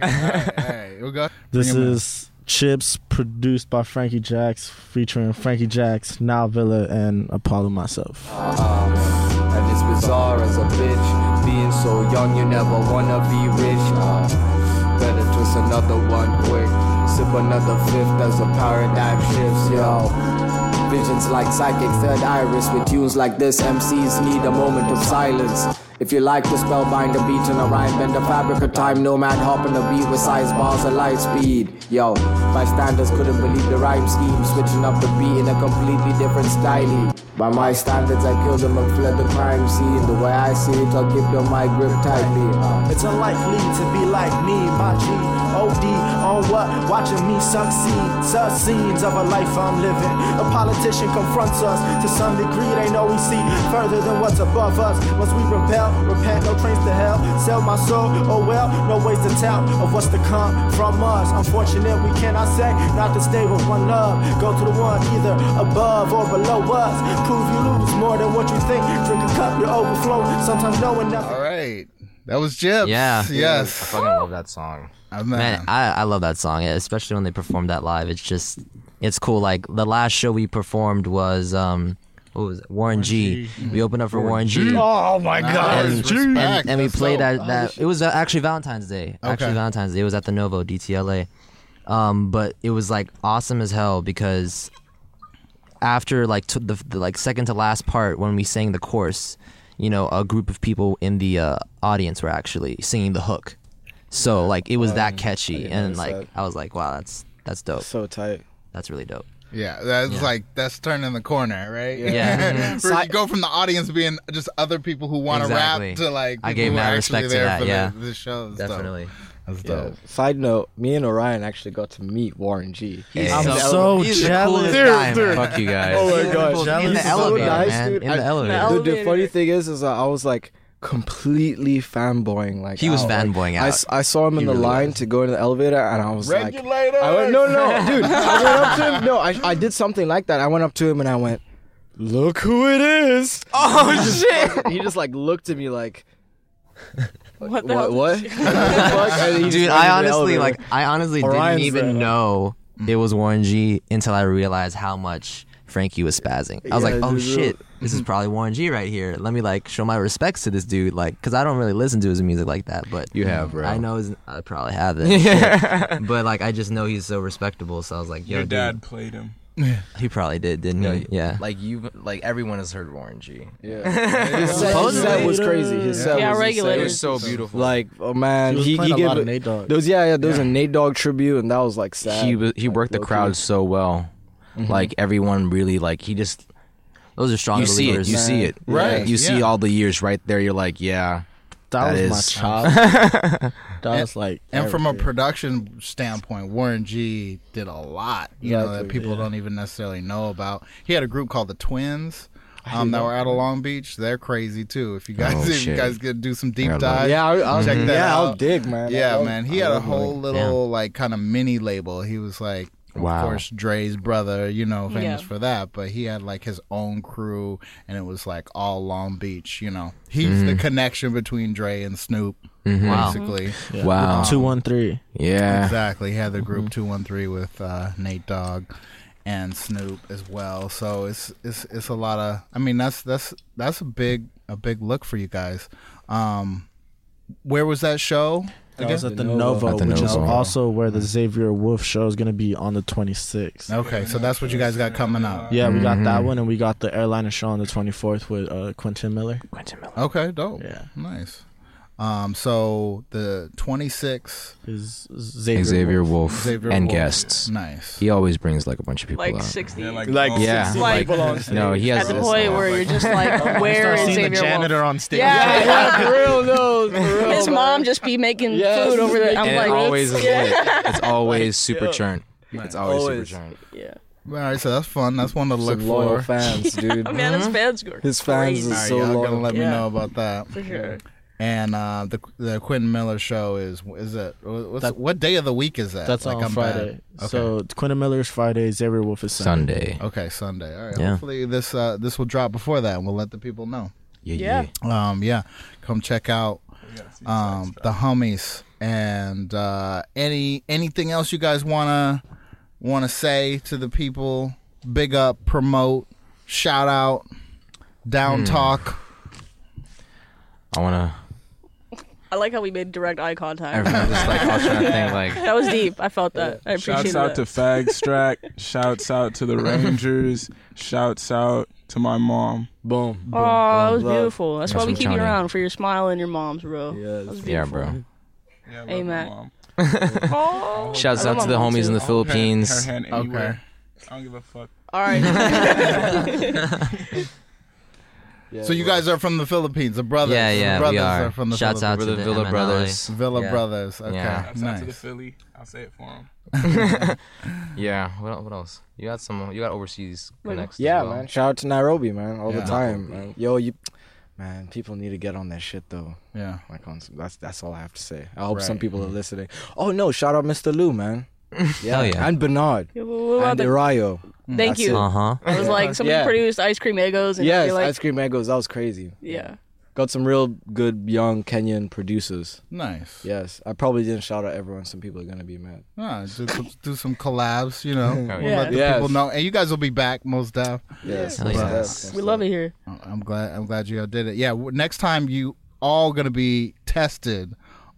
we'll go.
This
Bring 'em in.
is Chips, produced by Frankie Jacks, featuring Frankie Jacks, Now Villa, and Apollo myself.
Um, and it's bizarre as a bitch. Being so young, you never wanna be rich. Uh, better twist another one quick. Sip another fifth as the paradigm shifts, yo. Visions like psychic third iris with tunes like this. MCs need a moment of silence. If you like the spellbinder beat and a rhyme, bend the fabric of time, nomad hop on the beat with size bars and light speed. Yo, bystanders couldn't believe the rhyme scheme, switching up the beat in a completely different style. By my standards, I killed them and fled the crime scene. The way I see it, I'll keep your mic gripped tightly. Uh,
It's unlikely to be like me, my G. OD on what? Watching me succeed. Sus scenes of a life I'm living. A politician confronts us to some degree. They know we see further than what's above us. Once we rebel, repent, no trains to hell. Sell my soul, oh well, no ways to tell of what's to come from us. Unfortunate, we cannot say not to stay with one love. Go to the one either above or below us. Prove you lose more than what you think. Drink a cup, you're overflowing. Sometimes knowing nothing.
All right. That was Chips.
Yeah.
Yes.
I fucking love that song.
Man, I, I love that song, yeah, especially when they performed that live. It's just, it's cool. Like the last show we performed was, um, what was it? Warren, G. We opened up for Warren G.
Oh my
God. Respect.
And, and- and we
That's
played
dope.
that. that it was uh, actually Valentine's Day. Actually
Okay.
Valentine's Day. It was at the Novo DTLA. Um, but it was like awesome as hell because after like t- the, the like second to last part when we sang the chorus, you know, a group of people in the uh, audience were actually singing the hook. So like it was that
I
catchy,
didn't
and
notice
like
that.
I was like, wow, that's that's dope.
So tight.
That's really dope.
Yeah, that's
Yeah.
like that's turning the corner, right?
Yeah. Yeah. Mhm.
Where you go from the audience being just other people who want to
Exactly.
rap to like
I
people
gave
who are
mad
actually
respect to
there
that,
for
yeah.
the, the show. and stuff.
Definitely.
That's
Yeah.
dope.
Side note: Me and Orion actually got to meet Warren G.
He's I'm so- so he's the jealous. coolest guy, man. Fuck you guys.
Oh
He's
my
the
gosh!
coolest guy. In the
He's so
elevator,
nice,
man.
dude.
In
I-
the elevator.
Dude, the funny thing is, is that I was like completely fanboying. Like
He was
out. Like,
fanboying
I,
out.
s- I saw him in
He
the
really
line to go in the elevator, and I was like,
Regulator.
I went, no, no, dude. I went up to him. No, I, I did something like that. I went up to him and I went, look who it is.
Oh,
He just
shit.
fucking- He just like looked at me like,
What the
what?
hell
what?
did
What the fuck? And Uh, he just
Dude,
went in the
I honestly
elevator.
like I honestly
Orion's
didn't even
there. Mm.
know it was Warren G until I realized how much Frankie was spazzing. I was
Yeah,
like, oh
dude, Mm-hmm.
shit,
real-
this is probably Warren G right here. Let me like show my respects to this dude, like, because I don't really listen to his music like that. But
You have, bro.
I know his, I probably have
Yeah.
it, but like I just know he's so respectable. So I was like, yo,
Your dad
dude.
played him.
He probably did, didn't he? Yeah.
Like you, like everyone has heard Warren G.
Yeah. His set- his set was crazy. His set was insane.
It was so beautiful.
Like, oh man,
He was
he, he
playing a
gave
lot of
it-
Nate Dogg.
Those, yeah, yeah, there was
Yeah.
a Nate Dogg tribute, and that was like sad.
he was he worked the
low-key.
crowd so well.
Mhm.
Like everyone really like he just.
Those are strong
You see it.
believers.
You see
Man.
it.
Right,
You see
yeah.
all the years right there. You're like, yeah.
That
was my
is-
child.
And-
That was like
and from a
everything.
production standpoint, Warren G did a lot, you know, that
Exactly,
people
yeah.
don't even necessarily know about. He had a group called the Twins.
I
Um,
hear
that
that.
were out of Long Beach. They're crazy too. If you guys,
Oh,
if you
shit.
guys could do some
I
deep
heard about
dive,
it. Yeah, I- I-
check
Mhm.
that
yeah,
out.
I'll dig, man. I
Yeah,
love-
man. He
I
had a
love
whole
Malik.
little like kind of mini label. He was like,
Wow.
of course, Dre's brother, you know, famous
Yeah.
for that. But he had like his own crew, and it was like all Long Beach. You know, he's the
Mhm.
connection between Dre and Snoop,
Mhm. Wow.
basically.
Yeah. Wow.
Um,
Two one three.
Yeah.
Exactly. He had the group 213 with uh, Nate Dogg and Snoop as well. So it's it's it's a lot of I mean that's that's that's a big a big look for you guys. Um where was that show?
That
again?
was at the Novo, which is also where the Xavier Wolf show is gonna be on the twenty sixth.
Okay, so that's what you guys got coming up.
Yeah, we got that
Mhm.
one, and we got the airliner show on the twenty fourth with uh, Quentin Miller.
Quentin Miller.
Okay, dope. Yeah. Nice. Um so the 26
is
Xavier, Wolf,
Xavier
and
Wolf.
guests.
Nice.
He always brings like a bunch of people
Like
out.
60. Yeah, like-
yeah,
Like 60 people on
no,
stage.
he has
At the
this,
point
uh,
where you're just like,
Like,
where
start seeing
is
the
Xavier Wolf?
janitor on stage.
Yeah,
Yeah,
yeah, for real,
no,
His mom just be making food over there. I'm
and
like,
it always is
yeah.
lit. It's always super churned. It's always,
Always.
super churned.
Yeah.
All right, so that's fun. That's one to
Some
look
loyal
for.
fans, dude. Yeah,
man, his fans go His fans crazy. is
All
so
y'all
loyal.
gonna let me
Yeah.
know about that
For sure.
And uh, the the Quentin Miller show is is it what's, what day of the week is that?
That's on Friday. So Quentin Miller is Friday. Xavier Wolf is Sunday.
Bad. Okay, Sunday. All right.
Yeah.
Hopefully this uh, this will drop before that, and we'll let the people know.
Yeah,
Um, yeah. Come check out um, the homies and uh, any anything else you guys wanna wanna say to the people. Big up, promote, shout out, down
Hmm.
talk.
I wanna.
I like how we made direct eye contact.
Everyone just, like, all trying to think, like-
that was deep. I felt that. I Oh, appreciate
Shouts out
that.
to Fagstrack. shouts out to the Rangers. Shouts out to my mom.
Boom.
Oh, that was beautiful. That's, why we keep you around for your smile and your mom's, bro. Yeah,
Yeah, bro.
Amen. Oh.
Shouts out to the homies in the Philippines.
Her hand anywhere. I don't give a fuck.
All right.
so you guys are from the Philippines, the brothers.
Yeah, yeah,
the
we
brothers
are.
from the
Shouts out
Philippines.
to We're the the Villa MNLA. brothers.
Villa
Yeah.
brothers. Okay,
Yeah.
Shouts out to the
nice.
Philly. I'll say it for him.
Yeah. What, el- what else? You got some. You got overseas next.
Yeah, man. Shout out to Nairobi, man, all
Yeah.
the time, man. Yo, you, man. People need to get on that shit though.
Yeah.
Like on some, that's that's all I have to say. I hope
Right.
some people are listening. Oh no! Shout out Mr. Lou, man.
Hell yeah.
And Bernard.
Yeah, well, what about
and
the-
Arayo.
Thank you. Uh-huh.
Uh-huh.
huh.
I was like, somebody produced ice cream egos, and
Yes,
you're like,
ice cream mangoes. That was crazy.
yeah.
Got some real good young Kenyan producers.
Nice.
Yes, I probably didn't shout out everyone. Some people are gonna be mad.
Ah, do, some- do some collabs, you know.
Hell
We'll
yeah.
Let the
Yes.
people know, and you guys will be back most def.
Yes,
But-
most def, most
We love it here.
I'm glad. I'm glad you all did it. Yeah, w- next time you all gonna be tested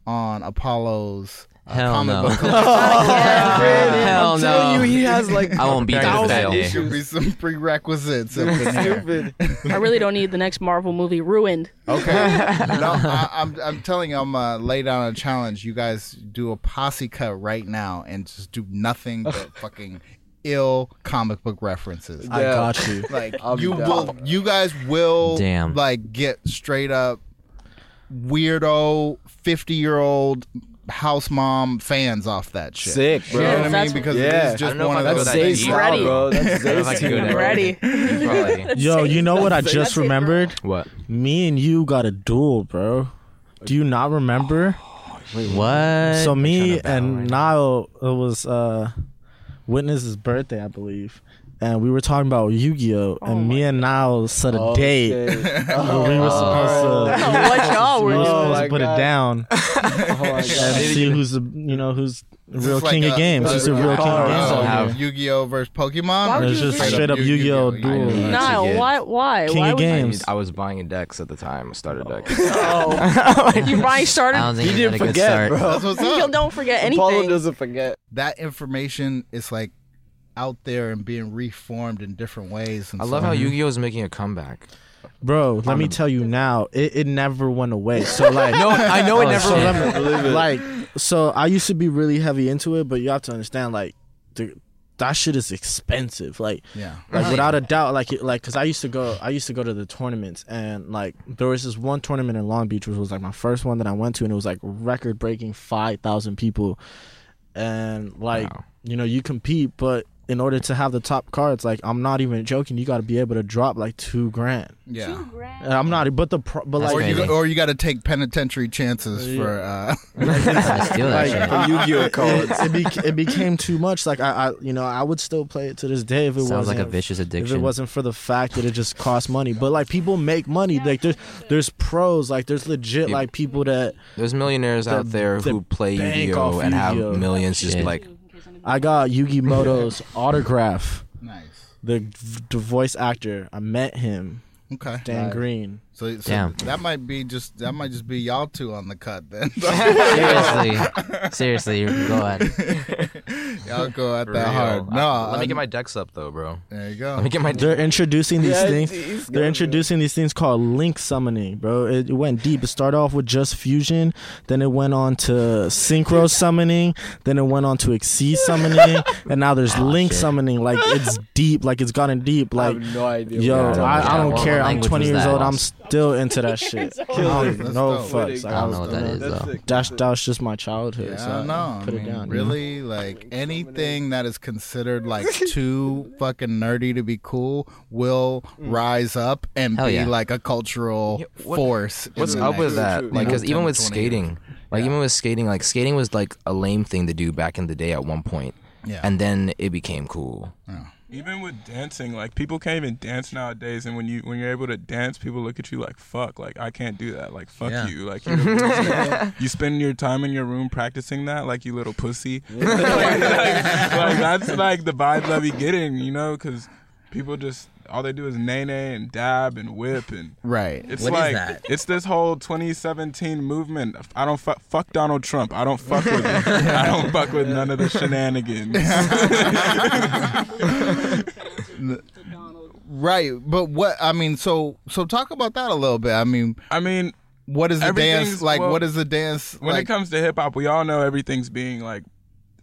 on Apollo's uh,
Hell
comic
no.
book collector. Hell
Hell
I'm
no.
telling you, he has like
I won't be there for that
thousand
day.
Should be some prerequisites up in here.
I really don't need the next Marvel movie ruined.
Okay. no, I, I'm, I'm telling you, I'm uh, lay down a challenge. You guys do a posse cut right now and just do nothing but fucking ill comic book references.
I Yeah. got you.
Like
I'll be
you
down.
will, you guys will,
Damn.
like get straight up weirdo fifty year old house mom fans off that shit.
Sick,
You know
bro.
what I mean?
That's-
Because
Yeah.
it's
I
just
don't know
one
if
of
I go
those.
that That's deep. Zay's style, bro. That's
I don't know if I
Zay's
can go
style,
that
bro.
deep. Probably.
Yo, you know what I just remembered?
What?
Me and you got a duel, bro. Do you not remember?
Wait, what?
So me and Niall, it was uh, Witness's birthday, I believe. And we were talking about Yu-Gi-Oh, and me and Niall set a
Oh,
date.
shit.
where we were
Oh.
supposed to.
What y'all were
we
doing?
supposed to put
Oh my
it
God.
down and see who's the you know who's the real king of games. Who's the real king of games?
Oh,
out here.
Yu-Gi-Oh versus Pokemon.
Why would
It's just straight up Yu-Gi-Oh duel.
Niall, why? Why?
King
why
of
would you-
Games.
I was buying decks at the time. Starter decks.
Oh, you probably started.
I don't think You it's didn't a good forget, start. bro.
That's what's
You
up.
don't forget anything.
Apollo doesn't forget.
That information is like out there and being reformed in different ways. And
I love how
so-
Yu-Gi-Oh is making a comeback.
Bro, let me tell you now, it, it never went away. So like, Oh,
No, I know it never
so
went.
let me-
I believe it.
Like, so I used to be really heavy into it, but you have to understand, like, the, that shit is expensive. Like,
Yeah.
like without a doubt, like, it, like, cause I used to go, I used to go to the tournaments, and like, there was this one tournament in Long Beach, which was like my first one that I went to, and it was like record breaking, five thousand people, and like, you know, you compete, but. In order to have the top cards, like I'm not even joking, you got to be able to drop like two grand.
Yeah.
And I'm not, but the pro, but
or
like,
you, or you got to take penitentiary chances for. Uh,
like,
uh,
Yu-Gi-Oh
it-
cards.
It, bec- it became too much. Like I, I, you know, I would still play it to this day if it
Sounds
wasn't
like a vicious
If
addiction.
it wasn't for the fact that it just cost money, but like people make money. Like there's there's pros. Like there's legit like people that
There's millionaires
that-
out there who
that
play
bank
Yu-Gi-Oh
off
and have
Yu-Gi-Oh.
millions just
Shit.
like
I got Yugi Moto's autograph.
Nice.
The, the voice actor. I met him.
Okay.
Dan
Nice.
Green.
so, so
Damn.
that might be just that might just be y'all two on the cut then.
seriously, seriously, go ahead.
y'all go at
For
that
real.
hard. No,
I- let me
I'm-
get my decks up though, bro.
There you go.
Let me get my.
They're introducing these
Yeah,
things.
it's
They're introducing these things called link summoning, bro. It, it went deep. It started off with just fusion, then it went on to synchro summoning, then it went on to exceed summoning, and now there's link summoning. Like it's deep. Like it's gotten deep. Like
no idea.
yo,
what you're
I, I
talking
don't
about.
care. I'm
language
20
was
years
that?
old. I'm still into that shit. I don't give
That's
no
dope.
fucks. Like,
I don't know what that is
That's
though.
sick.
That's that was just my childhood.
Yeah,
so
I know.
Put
I
it
mean,
down. you know?
really, like anything that is considered like too fucking nerdy to be cool will
Mm.
rise up and
Hell
be
yeah.
like a cultural
What-
force. in
What's
the
up with
next,
that?
you
Like,
know,
because
10
even
to
with
20 years.
skating, like even with skating, like skating was like a lame thing to do back in the day at one point.
Yeah.
And then it became cool.
Even with dancing, like people can't even dance nowadays, and when you when you're able to dance, people look at you like fuck, like I can't do that, like fuck
Yeah.
you, like you, you spend your time in your room practicing that, like you little pussy. like, like, that's like the vibes I be getting, you know, because people just all they do is nay nay and dab and whip and
Right.
It's
What is
like
that?
it's this whole 2017 movement. I don't fuck fuck Donald Trump. I don't fuck with him. I don't fuck with none of the shenanigans.
Right, but what I mean, so so talk about that a little bit. I mean,
I mean,
what is the dance
everything's-
like?
well,
what is the dance
when
like?
it comes to hip hop, we all know everything's being like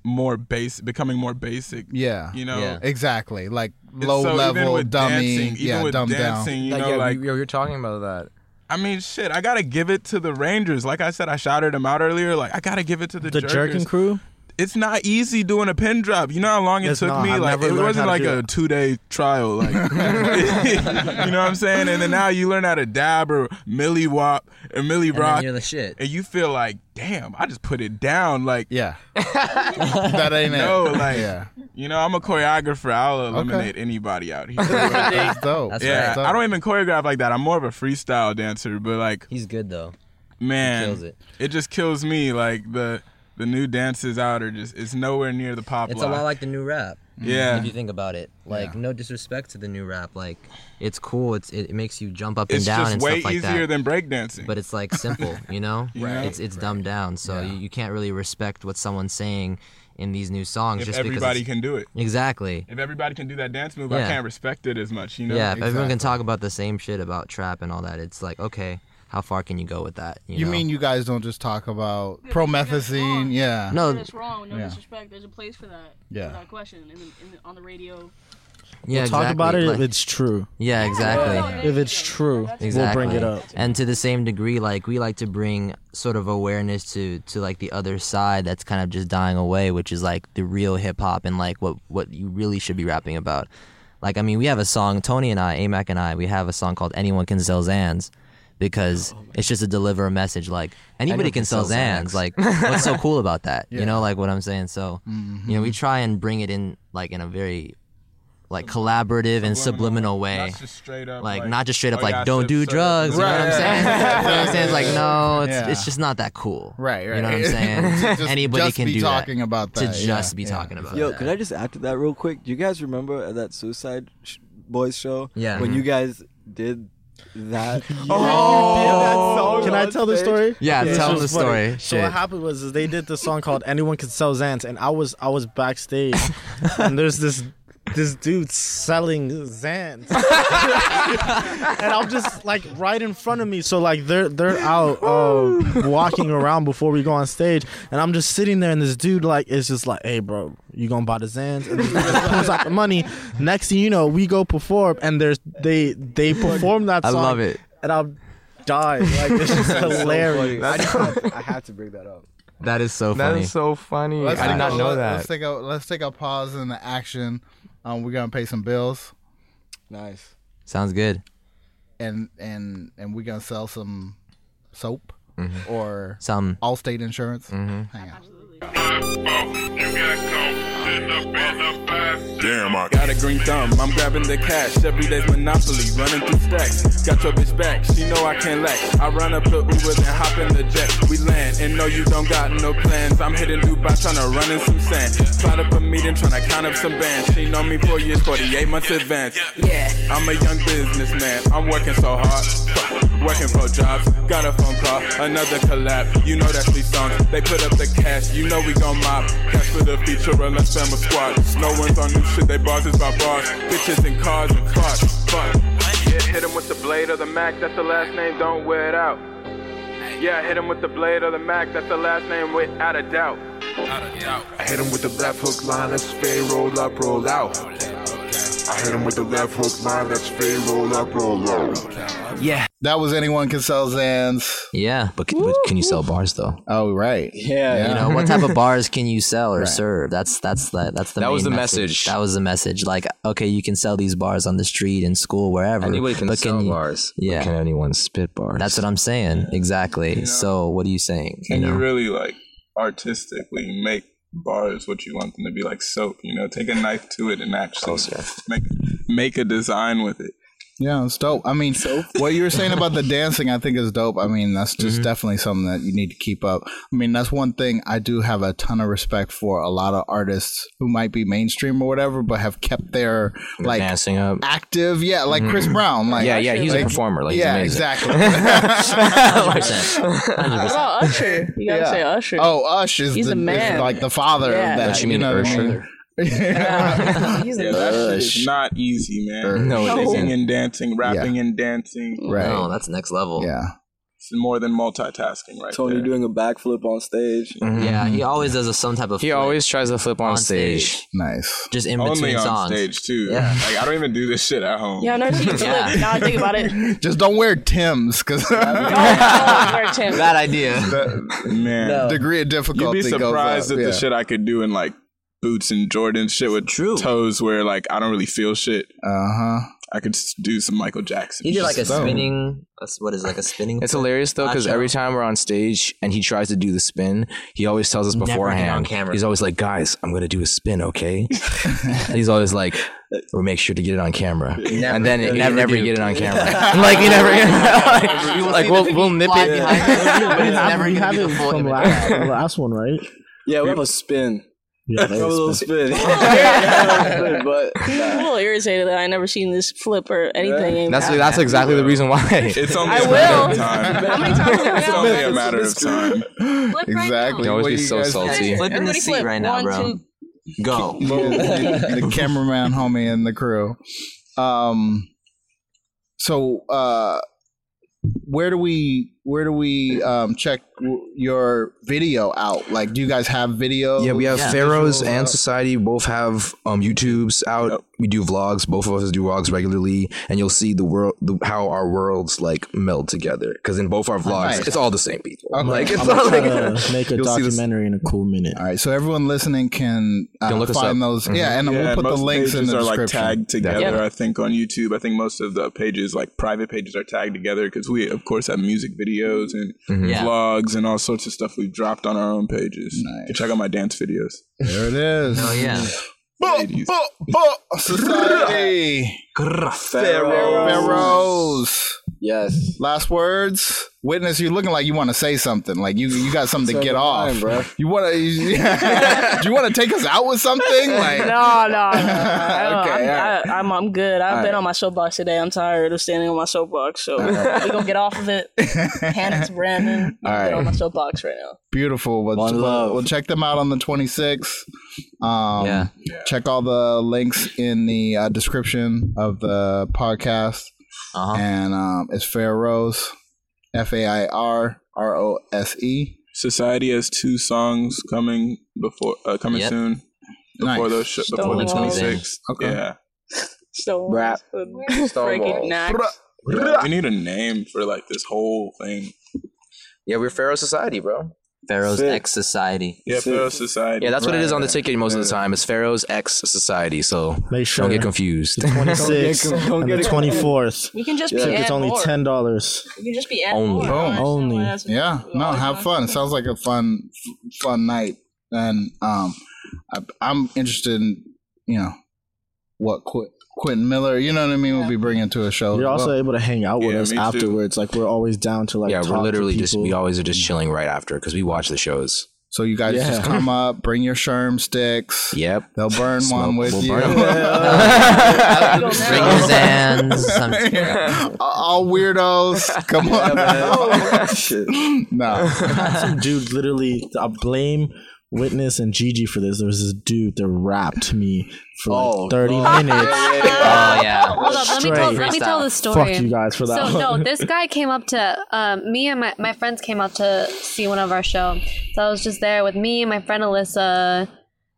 more base, becoming more basic.
yeah,
you know,
yeah.
It's-
exactly, like
so
low
even
level
with
dummy,
dancing, even
yeah,
with
dumb
dancing,
down.
you know, like
you're talking about that.
I mean, shit, I gotta give it to the Rangers. Like I said, I shouted them out earlier. Like I gotta give it to the,
The
Jerkers.
jerking crew.
It's not easy doing a pin drop. You know how long it
It's
took
not.
me.
I've
like
never
it
learned
wasn't
how to
like
do
a
it.
two day trial. Like you know what I'm saying? And then now you learn how to dab or milli wop or milli
And
rock,
then you're the shit.
and you feel like, damn, I just put it down. Like
yeah, that ain't it.
no, like
yeah,
you know, I'm a choreographer. I'll eliminate anybody out here.
that's dope.
That's
yeah,
right.
I don't even choreograph like that. I'm more of a freestyle dancer, but like
He's good though.
man,
He kills it.
just kills me. Like the the new dances out are just it's nowhere near the pop.
It's a lot
lock.
like the new rap.
Yeah.
If you think about it, like no disrespect to the new rap, like it's cool. It's it, it makes you jump up and
It's
down
just
and
way
stuff like that.
easier than breakdancing.
But it's like simple, you know.
Yeah. Right.
It's it's dumbed down, so you, you can't really respect what someone's saying in these new songs.
If
just because
everybody
it's-
can do it.
Exactly.
If everybody can do that dance move, I
Yeah.
can't respect it as much. You know.
yeah, if everyone can talk about the same shit about trap and all that, it's like okay, how far can you go with that? You,
You
know?
mean you guys don't just talk about promethazine? Yeah.
No.
That's wrong. No
Yeah.
disrespect. There's a place for that.
Yeah.
Without question. In the, in the, on the radio.
Yeah,
We'll talk about it
exactly,
if
like-
it's true.
Yeah, exactly.
If it's true, we'll bring it up.
And to the same degree, like we like to bring sort of awareness to to like the other side that's kind of just dying away, which is like the real hip hop and like what what you really should be rapping about. Like I mean, we have a song Tony and I, Amac and I, we have a song called "Anyone Can Sell Zans." Because it's just to deliver a message like anybody
Anyone
Oh can sell Zans. Like, what's so cool about that? You know, like what I'm saying? So, you know, we try and bring it in like in a very like collaborative and subliminal way.
Not just straight up.
like, not just straight up
oh,
like
yeah,
don't
sip,
do
sip.
drugs. You know what I'm
Right.
saying? you know what I'm saying? It's like no, it's
Yeah.
it's just not that cool.
Right,
You know what I'm
right.
saying?
To just-
Anybody
just
can
be
do
talking
that.
about
To
that,
just
yeah,
be
yeah.
talking about
Yo,
that.
could I just add to that real quick? Do you guys remember at that Suicide sh- Boys show?
Yeah.
When you
Mm-hmm.
guys did that.
Oh, can I tell the story?
Yeah,
This
tell
was
the story.
So what
Shit.
happened was is they did this song called "Anyone Can Sell Zans," and I was I was backstage, and there's this this dude selling Zans, and I'm just like right in front of me. So like they're they're out uh, walking around before we go on stage, and I'm just sitting there, and this dude like is just like, "Hey, bro, you gonna buy the Zans?" And he just pulls out the money. Next thing you know, we go perform, and there's they they perform that.
I
song,
love it.
and I'm die. Like it's just
That's so
hilarious.
funny. I, just had, I had to bring that up.
That is so
That
funny.
is so funny.
Let's
I
take
did not
a-
know
let-
that.
Let's take a let's take a pause in the action. Um, we're gonna pay some bills,
Nice.
Sounds good.
and and and we're gonna sell some soap
Mhm.
or
Some.
Allstate insurance. Hang on.
Damn, I
got a green thumb. I'm grabbing the cash. Every day's monopoly, running through stacks. Got your bitch back. She know I can't lack. I run up the Uber, then hop in the jet. We land, and no, you don't got no plans. I'm hitting Dubai, tryna run in some sand. Slide up a meeting, tryna count up some bands. She know me four years, 48 months advance. Yeah. I'm a young businessman. I'm working so hard. Working for jobs, got a phone call, another collab. You know that's these songs. They put up the cash, you know we gon' mop. Cash for the feature, and let's spam a squad. No one's on new shit, they bars is by bars. Bitches and cars and cars. Fuck. Yeah, hit 'em with the blade of the Mac, that's the last name, don't wear it out. Yeah, hit 'em with the blade of the Mac, that's the last name without a doubt.
I hit him with the left hook line, that's fade, roll up, roll out. I hit him with the left hook line, that's fade, roll up, roll out.
Yeah. That was anyone can sell Zans.
Yeah.
But, can- but can you sell bars though?
Oh right.
You know what type of bars can you sell or serve? That's that's the that's the
That was
main
the
message.
message.
That was the message. Like okay, you can sell these bars on the street in school wherever.
Anybody can
but
sell
can you,
bars. but
Yeah.
Can anyone spit bars?
That's what I'm saying. Exactly. So what are you saying?
Can
you
you
know?
really like artistically make bars what you want them to be like soap? You know, take a knife to it and
Oh,
actually make make a design with it.
Yeah, it's dope. I mean, what you were saying about the dancing, I think is dope. I mean, that's
Mm-hmm.
just definitely something that you need to keep up. I mean, that's one thing I do have a ton of respect for a lot of artists who might be mainstream or whatever, but have kept their like
dancing up.
active. Yeah, like Chris
Mhm.
Brown. Like
Yeah, yeah, he's a performer, like, he's
yeah,
amazing.
exactly.
100%.
What about Usher? You gotta
Yeah.
say Usher.
Oh, Ush is,
He's
the,
a man.
is, like the father
Yeah.
of that.
Don't you mean
know what I
Usher?
mean?
He's
Yeah,
a
that
man.
shit is not easy, man.
No, it
singing
isn't.
and dancing, rapping and dancing.
Right. No,
that's next level.
Yeah.
It's more than multitasking, right?
Tony
there.
doing a backflip on stage.
Mm-hmm.
Yeah, he always does a, some type of.
Mm-hmm, He always tries to flip on,
On
stage.
stage.
Nice.
Just in
Only
between
on
songs.
stage too.
Yeah.
Like I don't even do this shit at home.
Yeah, I never seen you flip.
Yeah.
Now I think about it.
Just don't wear Tim's because
Very timid.
Bad idea.
man.
degree of
You'd
difficulty
be surprised
goes up.
at
yeah.
the shit I could do in like boots and Jordans, shit with toes where like I don't really feel shit.
Uh huh.
I could s- do some Michael Jackson.
He did Uh-huh. like a
shit.
spinning. That's what is like a spinning.
It's hilarious though, because
Gotcha.
every time we're on stage and he tries to do the spin, he always tells us
Never get on
beforehand.
camera.
He's always like, "Guys, I'm gonna do a spin, okay?" he's always like, "We'll make sure to get it on camera," and then
do.
you never,
Never do.
get it on camera. like you never, like,
You will
like
see
we'll
the
we'll nip
fly
it.
behind you, but it's never
we
gonna
have
be
it
the full
from
image.
last, the last one, right?
Yeah, we have a spin.
Yeah,
we have a little spin. but
I'm a little irritated that I never seen this flip or anything. aimed
That's
at
that's
that.
exactly the reason why.
It's only
I
a matter of time.
How many times? have
It's
we
only
done
a
this?
matter of time.
exactly.
You always
What
be
do
so
guys-
salty.
Flip in the Everybody seat flip. right now, One, bro. two.
Go.
the cameraman homie and the crew. Um so uh where do we where do we um check w- your video out? Like do you guys have video? uh,
Yeah, we have Pharaohs and Society both have um, YouTubes out. We do vlogs. Both of us do vlogs regularly, and you'll see the world, the, how our worlds like meld together. Because in both our vlogs,
nice.
it's all the same people.
Okay.
Like it's
I'm
not
gonna
like
try to
Make a
You'll see this-
documentary in a cool minute.
All right, so everyone listening can, uh,
Can look us
find
up. Mm-hmm.
Mm-hmm.
those. Yeah, and we'll put the
most
links in
pages
the
are like
description.
tagged together.
Yeah.
I think on YouTube, I think most of the pages, like private pages, are tagged together because we, of course, have music videos and
Mhm.
Yeah.
vlogs and all sorts of stuff we've dropped on our own pages. You check out my dance videos.
There it is.
Oh yeah.
Society. Pharaohs.
Yes.
Last words. Witness, you're looking like you want to say something. Like you, you got something to
So
get
do
off.
I, bro.
You want to? do you want to take us out with something? Like
no, no, no. I,
Okay,
I'm, I, I'm, I'm good. I've
All
been
right.
on my soapbox today. I'm tired of standing on my soapbox, so
right.
we're gonna get off of it. Hand it to Brandon.
All
I'm good on my
right.
soapbox right now.
Beautiful. We'll,
One
we'll-
love.
we'll check them out on the 26th. Um,
Yeah.
Check all the links in the uh, description of the podcast. And um, it's Pharaohs, F A I R R O S E.
Society has two songs coming before uh, coming
Yep.
soon. Before
Nice.
those sh- before the
Stonewall.
twenty sixth.
Okay.
Yeah.
So
Rap.
breaking necks.
Yeah, We need a name for like this whole thing.
Yeah, we're Pharaoh Society, bro.
Pharaoh's
Sick.
X Society.
Yeah, Pharaoh Society.
Yeah, that's what it is
Right,
on the
right.
ticket most of the time. It's Pharaohs X Society. So
Make sure
don't get confused.
The 26th and the 24th.
You can just
I
be
think
at
it's only
more.
ten dollars.
You can just be at
Only.
more. Alright, so
Only.
that's-
Yeah. No, have fun. It sounds like a fun, f- fun night. And um, I, I'm interested in, you know, what Qu- Quentin Miller, you know what I mean, we will be bringing to a show.
You're
as
also
well.
able to hang out with
Yeah,
us
me too.
afterwards. Like we're always down to like.
yeah,
talk
we're
to
literally just
people.
we always are just chilling right after because we watch the shows.
So you guys
Yeah.
just come up, bring your sherm sticks.
Yep.
They'll burn one
Smoke-
with
we'll
you.
burn
Bring
Bring your Zans, some-
All weirdos. Come on.
Oh,
no.
Some dude literally, I blame Witness and Gigi for this. There was this dude that rapped me for like 30 minutes.
Oh yeah.
Hold up, let me tell, let me tell the story.
Fuck you guys for that.
So no, this guy came up to um, me and my, my friends came out to see one of our show. So I was just there with me, my friend Alyssa,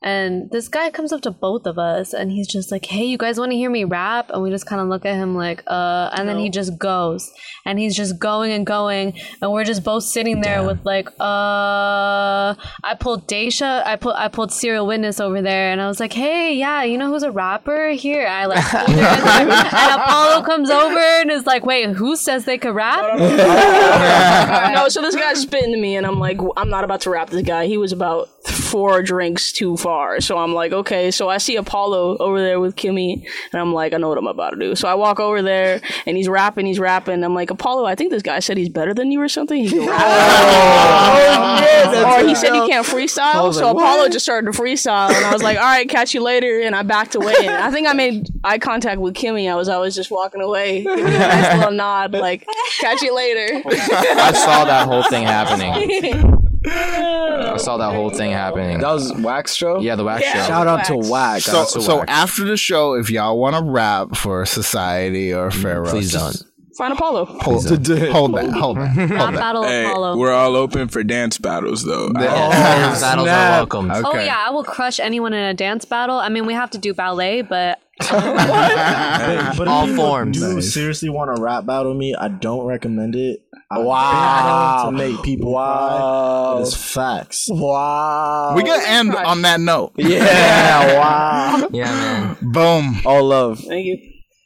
and this guy comes up to both of us and he's just like, "Hey, you guys want to hear me rap?" And we just kind of look at him like, "Uh," and then he just goes, and he's just going and going, and we're just both sitting there with like, "Uh," I pulled Daisha, I pulled I pulled Serial Witness over there, and I was like, "Hey, yeah, you know who's a rapper here?" I like. pulled her in there, and Apollo comes over and is like, "Wait, who says they could rap?"
no, so this guy's spitting to me, and I'm like, "W- I'm not about to rap this guy. He was about four drinks too far. So I'm like, okay. So I see Apollo over there with Kimmy, and I'm like, I know what I'm about to do. So I walk over there, and he's rapping, he's rapping. I'm like, Apollo, I think this guy said he's better than you or something. He can rap. oh,
that's
Or he
right.
said he can't freestyle.
I was
so
like,
Apollo
what?
just started to freestyle, and I was like, all right, catch you later. And I backed away. And I think I made eye contact with Kimmy. I was always just walking away, giving her a nice little nod, like, catch you later.
I saw that whole thing happening. I saw that whole thing happening.
That was Wax Show?
Yeah, the Wax
Yeah,
Show.
Shout out to Wax. Wax.
So,
Shout out to
so
Wax.
after the show, if y'all want to rap for Society or
Mm,
Pharaoh,
please
just
Find Apollo.
Hold, hold that. Hold that. Hold
Rap
that.
battle
Hey,
Apollo.
we're all open for dance battles though.
Dance battles are
snap.
welcome.
Oh yeah, I will crush anyone in a dance battle. I mean, we have to do ballet, but
But- but
All
if you
forms.
Do
Nice.
seriously want to rap battle me? I don't recommend it. I
Wow.
don't to make people wow. It's facts.
Wow.
We're going to end on that note.
Yeah, wow.
Yeah, man.
Boom.
All love.
Thank you.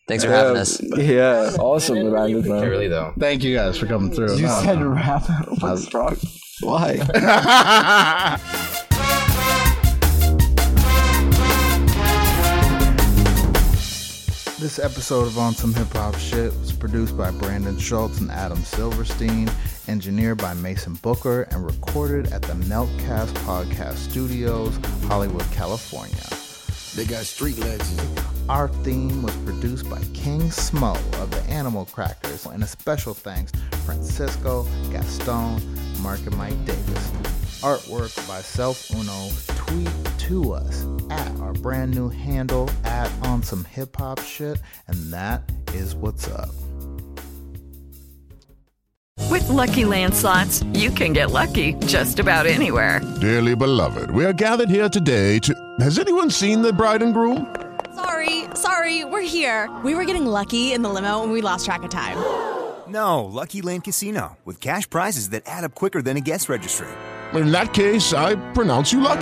Thanks for
yeah.
having us.
Yeah, awesome, man.
Really though.
Thank you guys for coming through.
You said
rap. What's wrong?
Why?
This episode of On Some Hip Hop Shit was produced by Brandon Schultz and Adam Silverstein engineered by Mason Booker and recorded at the Meltcast Podcast Studios, Hollywood, California. They got street legends. Our theme was produced by King Smo of the Animal Crackers, and a special thanks to Francisco, Gaston, Mark, and Mike Davis. Artwork by Self Uno. Tweet to us at our brand new handle at On Some Hip Hop Shit, and that is what's up.
With Lucky Land slots, you can get lucky just about anywhere.
Dearly beloved, we are gathered here today to. Has anyone seen the bride and groom?
Sorry, sorry, we're here. We were getting lucky in the limo and we lost track of time.
No, Lucky Land Casino, with cash prizes that add up quicker than a guest registry.
In that case, I pronounce you lucky.